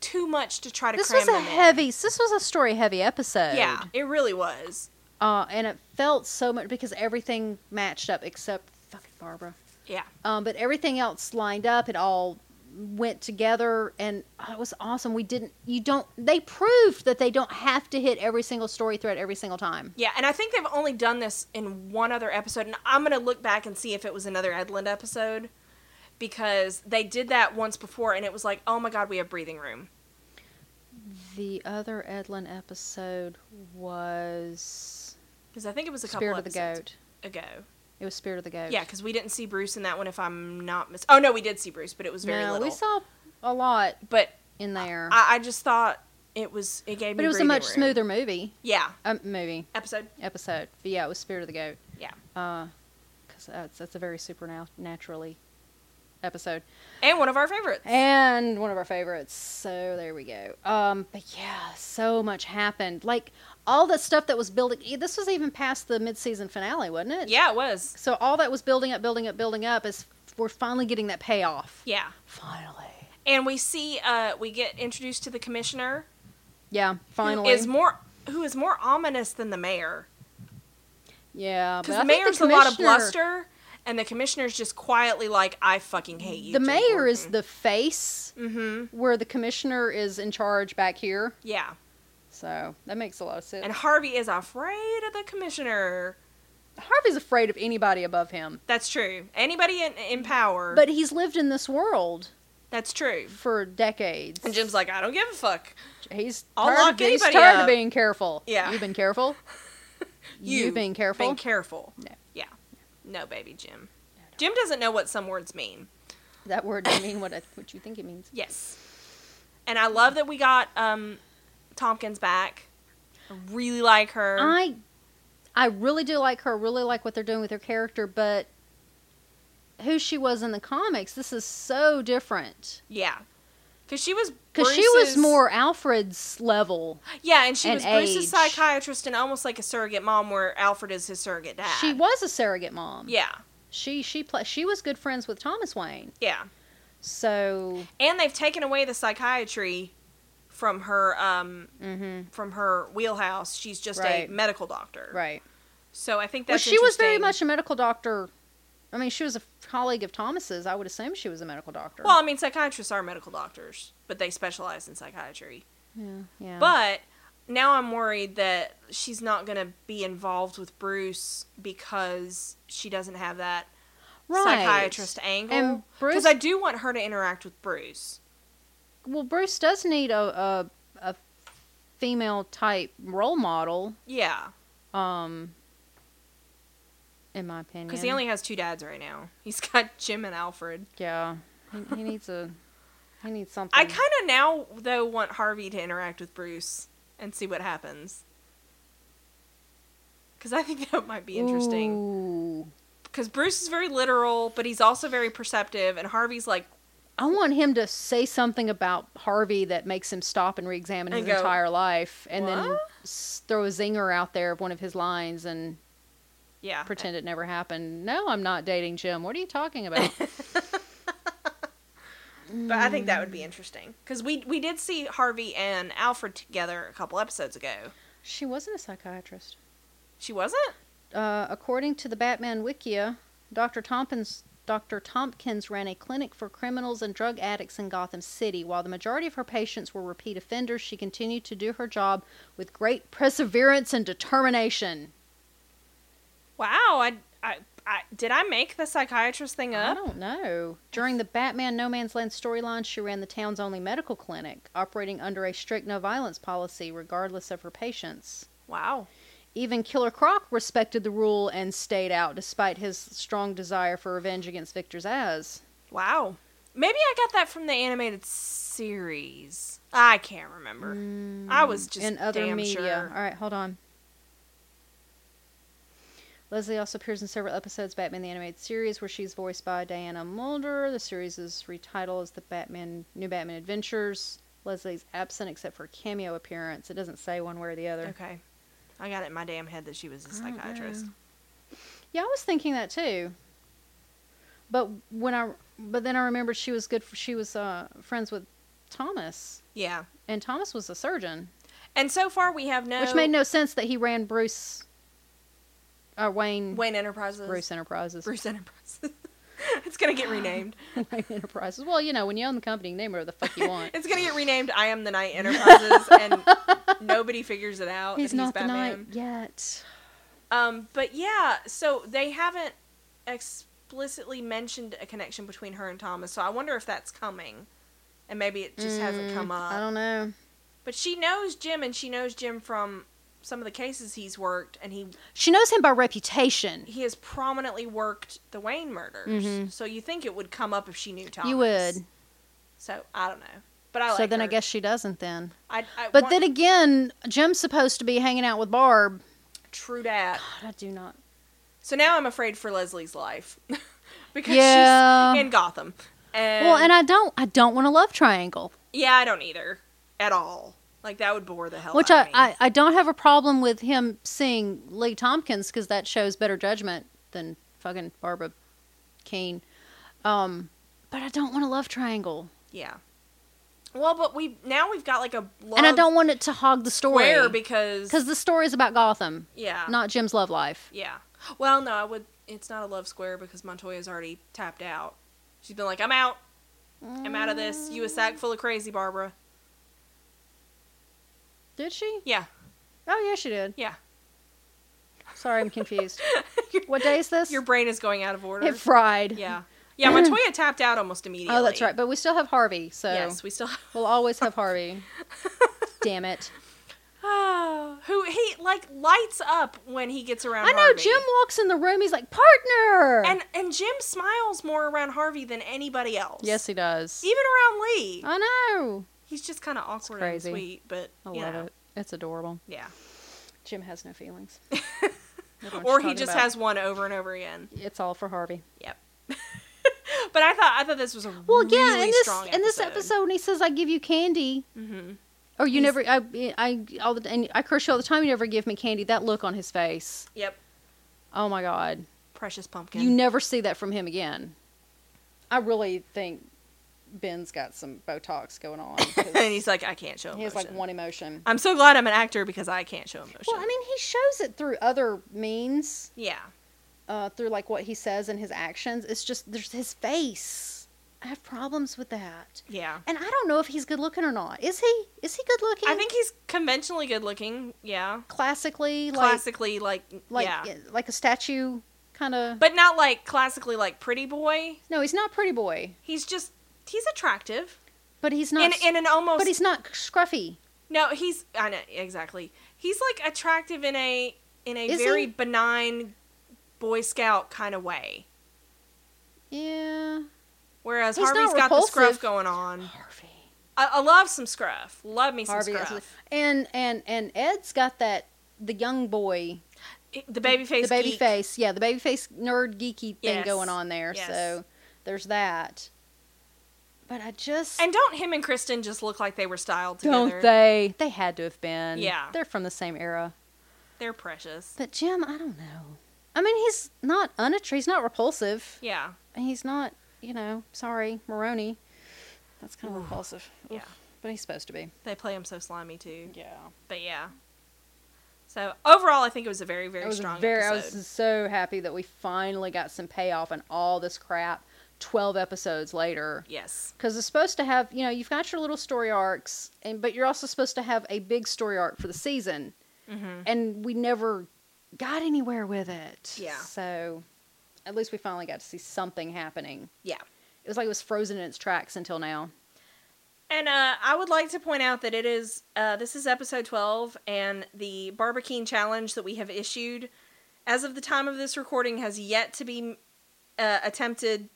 Speaker 1: too much to try to
Speaker 2: This
Speaker 1: cram
Speaker 2: was a
Speaker 1: them
Speaker 2: heavy. This was a story heavy episode.
Speaker 1: in. Yeah, it really was.
Speaker 2: Uh, and it felt so much because everything matched up except fucking Barbara.
Speaker 1: Yeah.
Speaker 2: Um, but everything else lined up. It all went together, and oh, it was awesome. We didn't. You don't. They proved that they don't have to hit every single story thread every single time.
Speaker 1: Yeah, and I think they've only done this in one other episode, and I'm gonna look back and see if it was another Edland episode because they did that once before, and it was like, oh my god, we have breathing room.
Speaker 2: The other Edlin episode was
Speaker 1: Because I think it was a couple
Speaker 2: Spirit of the
Speaker 1: episodes
Speaker 2: Goat.
Speaker 1: ago.
Speaker 2: It was Spirit of the Goat.
Speaker 1: Yeah, because we didn't see Bruce in that one, if I'm not mis. Oh no, we did see Bruce, but it was very
Speaker 2: no,
Speaker 1: little.
Speaker 2: we saw a lot
Speaker 1: but
Speaker 2: in there,
Speaker 1: I, I just thought it was it gave me.
Speaker 2: but it was a
Speaker 1: breathing
Speaker 2: much
Speaker 1: room.
Speaker 2: smoother movie.
Speaker 1: Yeah,
Speaker 2: Um, movie
Speaker 1: episode.
Speaker 2: episode. But yeah, it was Spirit of the Goat.
Speaker 1: Yeah,
Speaker 2: because that's that's a very supernaturally episode
Speaker 1: and one of our favorites.
Speaker 2: and one of our favorites. So there we go. Um, but yeah, so much happened. Like all the stuff that was building. e- This was even past the mid-season finale, wasn't it?
Speaker 1: yeah, it was.
Speaker 2: So all that was building up, building up, building up is we're finally getting that payoff.
Speaker 1: Yeah,
Speaker 2: Finally.
Speaker 1: and we see uh we get introduced to the commissioner
Speaker 2: Yeah, finally.
Speaker 1: who is more who is more ominous than the mayor.
Speaker 2: yeah,
Speaker 1: Because
Speaker 2: but
Speaker 1: the
Speaker 2: I think
Speaker 1: mayor's a lot of
Speaker 2: commissioner-
Speaker 1: bluster, and the commissioner's just quietly like, "I fucking hate you." Mm-hmm,
Speaker 2: The mayor is the face, where the commissioner is in charge back here.
Speaker 1: yeah,
Speaker 2: So that makes a lot of sense.
Speaker 1: and Harvey is afraid of the commissioner.
Speaker 2: Harvey's afraid of anybody above him,
Speaker 1: That's true. Anybody in, in power,
Speaker 2: but he's lived in this world
Speaker 1: that's true.
Speaker 2: for decades.
Speaker 1: And Jim's like, "I don't give a fuck."
Speaker 2: he's
Speaker 1: I'll
Speaker 2: tired,
Speaker 1: lock
Speaker 2: of, being- he's
Speaker 1: anybody
Speaker 2: tired of
Speaker 1: up.
Speaker 2: being careful.
Speaker 1: Yeah.
Speaker 2: you've been
Speaker 1: <laughs>
Speaker 2: careful. you have been careful.
Speaker 1: Being careful.
Speaker 2: No.
Speaker 1: Yeah. No, baby Jim. Jim doesn't know what some words mean.
Speaker 2: that word doesn't mean what I, what you think it means.
Speaker 1: Yes. And I love that we got um, Tompkins back. I really like her.
Speaker 2: I, I really do like her. Really like what they're doing with her character, but who she was in the comics, this is so different.
Speaker 1: yeah. Because she was
Speaker 2: Because she was
Speaker 1: Bruce's-
Speaker 2: more Alfred's level.
Speaker 1: Yeah, and she
Speaker 2: and
Speaker 1: was Bruce's
Speaker 2: age.
Speaker 1: psychiatrist and almost like a surrogate mom, where Alfred is his surrogate dad.
Speaker 2: She was a surrogate mom.
Speaker 1: Yeah,
Speaker 2: she she pla she was good friends with Thomas Wayne.
Speaker 1: yeah.
Speaker 2: So
Speaker 1: And they've taken away the psychiatry from her um,
Speaker 2: mhm,
Speaker 1: from her wheelhouse. She's just
Speaker 2: Right.
Speaker 1: a medical doctor.
Speaker 2: right.
Speaker 1: So I think
Speaker 2: Well,
Speaker 1: that's
Speaker 2: she was very
Speaker 1: interesting.
Speaker 2: much a medical doctor. I mean, she was a colleague of Thomas's. I would assume she was a medical doctor.
Speaker 1: Well, I mean, psychiatrists are medical doctors, but they specialize in psychiatry.
Speaker 2: yeah, yeah.
Speaker 1: But now I'm worried that she's not going to be involved with Bruce because she doesn't have that
Speaker 2: Right.
Speaker 1: psychiatrist angle.
Speaker 2: And
Speaker 1: Because
Speaker 2: Bruce-
Speaker 1: I do want her to interact with Bruce.
Speaker 2: well, Bruce does need a a, a female type role model.
Speaker 1: Yeah.
Speaker 2: Um, in my opinion.
Speaker 1: Because he only has two dads right now. <laughs> He's got Jim and Alfred.
Speaker 2: yeah, he, he needs a he needs something.
Speaker 1: I kind of now though want Harvey to interact with Bruce and see what happens. Because I think <laughs> that might be interesting.
Speaker 2: Ooh.
Speaker 1: Because Bruce is very literal, but he's also very perceptive, and Harvey's like,
Speaker 2: I want him to say something about Harvey that makes him stop and reexamine his
Speaker 1: And go,
Speaker 2: entire life, and then
Speaker 1: "What?"
Speaker 2: s- throw a zinger out there of one of his lines and
Speaker 1: yeah,
Speaker 2: pretend it never happened. No, I'm not dating Jim. What are you talking about?
Speaker 1: <laughs> But I think that would be interesting because we we did see Harvey and Alfred together a couple episodes ago.
Speaker 2: she wasn't a psychiatrist.
Speaker 1: She wasn't.
Speaker 2: Uh, according to the Batman Wikia, Dr. Tompkins Dr. Tompkins ran a clinic for criminals and drug addicts in Gotham City. While the majority of her patients were repeat offenders, she continued to do her job with great perseverance and determination.
Speaker 1: Wow. I, I I did I make the psychiatrist thing
Speaker 2: I
Speaker 1: up?
Speaker 2: don't know. During the Batman No Man's Land storyline, she ran the town's only medical clinic, operating under a strict no violence policy regardless of her patients.
Speaker 1: Wow.
Speaker 2: Even Killer Croc respected the rule and stayed out despite his strong desire for revenge against Victor Zsasz.
Speaker 1: Wow. Maybe I got that from the animated series. I can't remember.
Speaker 2: Mm,
Speaker 1: I was just
Speaker 2: in other
Speaker 1: damn
Speaker 2: media.
Speaker 1: sure.
Speaker 2: All right, hold on. Leslie also appears in several episodes of Batman the Animated Series, where she's voiced by Diana Mulder. The series is retitled as the Batman New Batman Adventures. Leslie's absent except for a cameo appearance. It doesn't say one way or the other.
Speaker 1: Okay. I got it in my damn head that she was a
Speaker 2: don't know.
Speaker 1: psychiatrist.
Speaker 2: Yeah, I was thinking that too. But when I but then I remembered she was good for she was uh, friends with Thomas,
Speaker 1: Yeah.
Speaker 2: and Thomas was a surgeon.
Speaker 1: And so far we have no
Speaker 2: Which made no sense that he ran Bruce, uh, Wayne,
Speaker 1: Wayne Enterprises.
Speaker 2: Bruce Enterprises.
Speaker 1: <laughs> Bruce Enterprises. <laughs> it's gonna get
Speaker 2: <gasps>
Speaker 1: renamed.
Speaker 2: <laughs> Wayne Enterprises. Well, you know, when you own the company, name whatever the fuck you want.
Speaker 1: It's gonna get renamed I Am the Night Enterprises and nobody figures it out.
Speaker 2: <laughs> he's
Speaker 1: that
Speaker 2: not the
Speaker 1: Batman.
Speaker 2: knight yet.
Speaker 1: Um, but yeah, so they haven't explicitly mentioned a connection between her and Thomas, so I wonder if that's coming. And maybe it just hasn't
Speaker 2: Mm,
Speaker 1: come
Speaker 2: I
Speaker 1: up.
Speaker 2: don't know.
Speaker 1: But she knows Jim, and she knows Jim from some of the cases he's worked, and he
Speaker 2: She knows him by reputation.
Speaker 1: he has prominently worked the Wayne murders.
Speaker 2: Mhm.
Speaker 1: So you think it would come up if she knew Thomas?
Speaker 2: You would.
Speaker 1: So I don't know, but I like.
Speaker 2: so then I
Speaker 1: her.
Speaker 2: guess she doesn't then.
Speaker 1: I, I
Speaker 2: But
Speaker 1: want
Speaker 2: then again, Jim's supposed to be hanging out with Barb.
Speaker 1: true dat.
Speaker 2: God, I do not.
Speaker 1: So now I'm afraid for Leslie's life <laughs> because
Speaker 2: Yeah.
Speaker 1: she's in Gotham. And
Speaker 2: well, and I don't. I don't want a love triangle.
Speaker 1: Yeah, I don't either at all. Like that would bore the hell
Speaker 2: Which
Speaker 1: out of
Speaker 2: I,
Speaker 1: me.
Speaker 2: I, I don't have a problem with him seeing Lee Tompkins because that shows better judgment than fucking Barbara Keene. Um, but I don't want a love triangle,
Speaker 1: yeah. Well, but we now we've got like a love
Speaker 2: and I don't want it to hog the story
Speaker 1: square because
Speaker 2: because the story is about Gotham,
Speaker 1: yeah
Speaker 2: not Jim's love life.
Speaker 1: yeah. Well, no, I would. It's not a love square because Montoya's already tapped out. She's been like, I'm out. I'm out of this. You a sack full of crazy, Barbara.
Speaker 2: Did she?
Speaker 1: Yeah,
Speaker 2: Oh yeah, she did.
Speaker 1: yeah.
Speaker 2: Sorry, I'm confused. what day is
Speaker 1: <laughs>
Speaker 2: this?
Speaker 1: Your brain is going out of order.
Speaker 2: it
Speaker 1: <laughs>
Speaker 2: fried.
Speaker 1: yeah, yeah. Montoya tapped out almost immediately.
Speaker 2: Oh, that's right. But we still have Harvey, so
Speaker 1: Yes, we still. <laughs>
Speaker 2: we'll always have Harvey. Damn it.
Speaker 1: Ah, who he like lights up when he gets around.
Speaker 2: I know
Speaker 1: Harvey.
Speaker 2: Jim walks in the room. He's like, partner.
Speaker 1: And and Jim smiles more around Harvey than anybody else.
Speaker 2: yes, he does.
Speaker 1: even around Lee,
Speaker 2: I know.
Speaker 1: he's just kind of awkward
Speaker 2: crazy.
Speaker 1: and sweet. But
Speaker 2: I
Speaker 1: you
Speaker 2: love
Speaker 1: know,
Speaker 2: it. It's adorable.
Speaker 1: yeah.
Speaker 2: Jim has no
Speaker 1: <laughs>
Speaker 2: feelings.
Speaker 1: Or he just has one over and over again.
Speaker 2: It's all for Harvey.
Speaker 1: Yep. <laughs> but I thought I thought this was a
Speaker 2: Well,
Speaker 1: really
Speaker 2: yeah. In this
Speaker 1: strong
Speaker 2: in this episode, when he says, "I give you candy,"
Speaker 1: Mhm.
Speaker 2: or you
Speaker 1: He's-
Speaker 2: never, I, I all the and I curse you all the time. You never give me candy. That look on his face.
Speaker 1: Yep,
Speaker 2: Oh my God.
Speaker 1: precious pumpkin. <laughs>
Speaker 2: You never see that from him again. I really think Ben's got some Botox going
Speaker 1: <laughs>
Speaker 2: on. 'cause
Speaker 1: and he's like, I can't show.
Speaker 2: he
Speaker 1: Emotion.
Speaker 2: has like one emotion.
Speaker 1: I'm so glad I'm an actor because I can't show emotion.
Speaker 2: Well, I mean, he shows it through other means.
Speaker 1: yeah,
Speaker 2: uh, through like what he says and his actions. It's just there's his face. I have problems with that,
Speaker 1: yeah.
Speaker 2: and I don't know if he's good looking or not. Is he? Is he good looking?
Speaker 1: I think he's conventionally good looking. Yeah,
Speaker 2: classically,
Speaker 1: classically like,
Speaker 2: like
Speaker 1: yeah,
Speaker 2: like like a statue kind of.
Speaker 1: but not like classically like pretty boy.
Speaker 2: no, he's not pretty boy,
Speaker 1: He's just he's attractive
Speaker 2: but he's not.
Speaker 1: in in an almost
Speaker 2: but he's not scruffy.
Speaker 1: no he's I know exactly he's like attractive in a in a
Speaker 2: Is
Speaker 1: very
Speaker 2: he?
Speaker 1: benign Boy Scout kind of way.
Speaker 2: Yeah.
Speaker 1: Whereas
Speaker 2: He's not
Speaker 1: Harvey's got the
Speaker 2: repulsive.
Speaker 1: scruff going on.
Speaker 2: Harvey.
Speaker 1: I, I love some scruff. Love me some
Speaker 2: Harvey.
Speaker 1: scruff.
Speaker 2: absolutely. And and and Ed's got that the young boy,
Speaker 1: It- the baby face.
Speaker 2: the baby
Speaker 1: geek.
Speaker 2: face. Yeah, the baby face nerd geeky thing
Speaker 1: Yes.
Speaker 2: going on there.
Speaker 1: Yes.
Speaker 2: So there's that. But I just
Speaker 1: And don't him and Kristen just look like they were styled together?
Speaker 2: don't they? They had to have been.
Speaker 1: Yeah.
Speaker 2: They're from the same era.
Speaker 1: They're precious.
Speaker 2: But Jim, I don't know. I mean, he's not unattractive. He's not repulsive.
Speaker 1: Yeah.
Speaker 2: And he's not, you know, sorry, Maroney. That's kind
Speaker 1: Ooh.
Speaker 2: of repulsive. Oof.
Speaker 1: Yeah.
Speaker 2: But he's supposed to be.
Speaker 1: They play him so slimy too.
Speaker 2: Yeah.
Speaker 1: But yeah. So overall, I think it was a very, very
Speaker 2: I was
Speaker 1: strong
Speaker 2: very. I
Speaker 1: episode.
Speaker 2: was so happy that we finally got some payoff and all this crap. Twelve episodes later,
Speaker 1: Yes.
Speaker 2: because it's supposed to have you know you've got your little story arcs, and but you're also supposed to have a big story arc for the season,
Speaker 1: Mm-hmm.
Speaker 2: and we never got anywhere with it.
Speaker 1: Yeah.
Speaker 2: So, at least we finally got to see something happening.
Speaker 1: Yeah.
Speaker 2: It was like it was frozen in its tracks until now.
Speaker 1: And uh, I would like to point out that it is uh, this is episode twelve, and the barbecue challenge that we have issued, as of the time of this recording, has yet to be uh, attempted.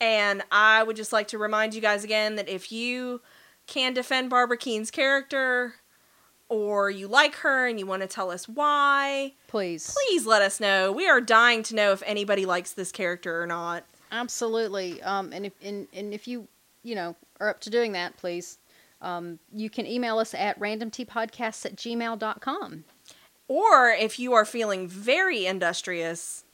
Speaker 1: And I would just like to remind you guys again that if you can defend Barbara Keene's character, or you like her and you want to tell us why,
Speaker 2: Please.
Speaker 1: please let us know. We are dying to know if anybody likes this character or not.
Speaker 2: Absolutely. Um, and if and, and if you you know are up to doing that, please, um, you can email us at randomtpodcasts at gmail.com.
Speaker 1: Or if you are feeling very industrious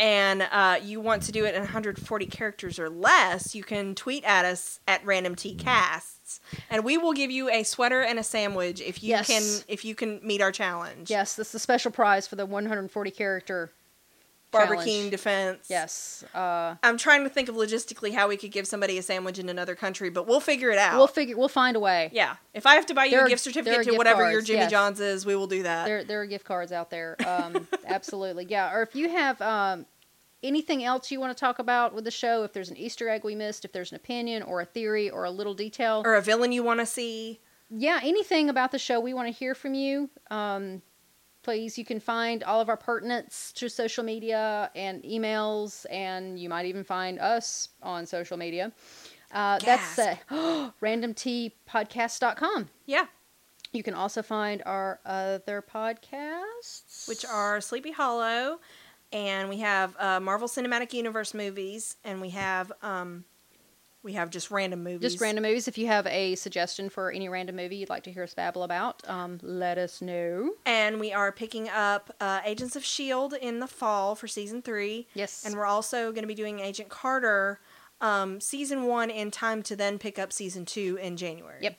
Speaker 1: and uh, you want to do it in 140 characters or less, you can tweet at us at randomtcasts, and we will give you a sweater and a sandwich if you
Speaker 2: Yes.
Speaker 1: can if you can meet our challenge.
Speaker 2: Yes, this is a special prize for the 140 character
Speaker 1: Barbara
Speaker 2: challenge.
Speaker 1: King defense.
Speaker 2: Yes. Uh,
Speaker 1: I'm trying to think of logistically how we could give somebody a sandwich in another country, but we'll figure it out.
Speaker 2: we'll figure. We'll find a way.
Speaker 1: yeah, if I have to buy you
Speaker 2: There
Speaker 1: a
Speaker 2: are-
Speaker 1: gift
Speaker 2: there are
Speaker 1: certificate to
Speaker 2: gift
Speaker 1: whatever your
Speaker 2: cards,
Speaker 1: Jimmy
Speaker 2: yes.
Speaker 1: John's is, we will do that.
Speaker 2: There, there are gift cards out there. Um, <laughs> absolutely. Yeah. Or if you have um, anything else you want to talk about with the show, if there's an Easter egg we missed, if there's an opinion or a theory or a little detail,
Speaker 1: or a villain you want to see.
Speaker 2: yeah, anything about the show we want to hear from you. Um, please, you can find all of our pertinence to social media and emails, and you might even find us on social media. Uh, that's uh, <gasps> randomtpodcast.com.
Speaker 1: Yeah,
Speaker 2: You can also find our other podcasts,
Speaker 1: which are Sleepy Hollow, and we have uh, Marvel Cinematic Universe movies, and we have um, we have just random movies.
Speaker 2: just random movies. If you have a suggestion for any random movie you'd like to hear us babble about, um, let us know.
Speaker 1: And we are picking up uh, Agents of Shield in the fall for season three,
Speaker 2: Yes.
Speaker 1: and we're also going to be doing Agent Carter. Um, season one in time to then pick up season two in January.
Speaker 2: Yep.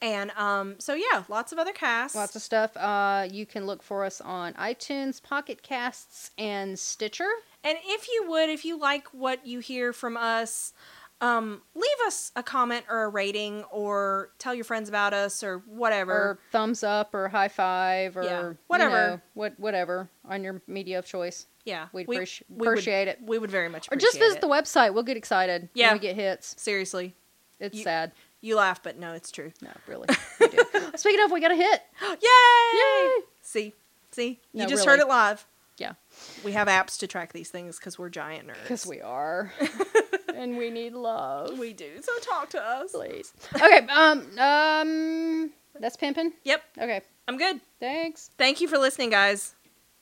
Speaker 1: And um, so yeah, lots of other casts.
Speaker 2: Lots of stuff. Uh, you can look for us on iTunes, Pocket Casts, and Stitcher.
Speaker 1: And if you would, if you like what you hear from us, um, leave us a comment or a rating or tell your friends about us or whatever.
Speaker 2: Or thumbs up, or high five, or
Speaker 1: Yeah,
Speaker 2: you
Speaker 1: whatever.
Speaker 2: know, what whatever on your media of choice.
Speaker 1: yeah.
Speaker 2: we'd
Speaker 1: we-
Speaker 2: appreci-
Speaker 1: we would-
Speaker 2: appreciate it.
Speaker 1: We would very much
Speaker 2: Or
Speaker 1: appreciate
Speaker 2: just visit
Speaker 1: it.
Speaker 2: the website. We'll get excited.
Speaker 1: Yeah.
Speaker 2: when we get hits.
Speaker 1: Seriously.
Speaker 2: It's
Speaker 1: You-
Speaker 2: sad.
Speaker 1: You laugh, but no, it's
Speaker 2: <gasps>
Speaker 1: true.
Speaker 2: No,
Speaker 1: <laughs>
Speaker 2: really. we do. Speaking of, we got a hit.
Speaker 1: Yay!
Speaker 2: Yay!
Speaker 1: See? See? You
Speaker 2: No,
Speaker 1: just
Speaker 2: really.
Speaker 1: heard it live.
Speaker 2: Yeah,
Speaker 1: We have apps to track these things because we're giant nerds.
Speaker 2: because we
Speaker 1: <laughs>
Speaker 2: are, and we need love.
Speaker 1: We do. So talk to us.
Speaker 2: Please. Okay. Um. Um. That's pimping.
Speaker 1: Yep.
Speaker 2: Okay.
Speaker 1: I'm good.
Speaker 2: Thanks.
Speaker 1: Thank you for listening, guys.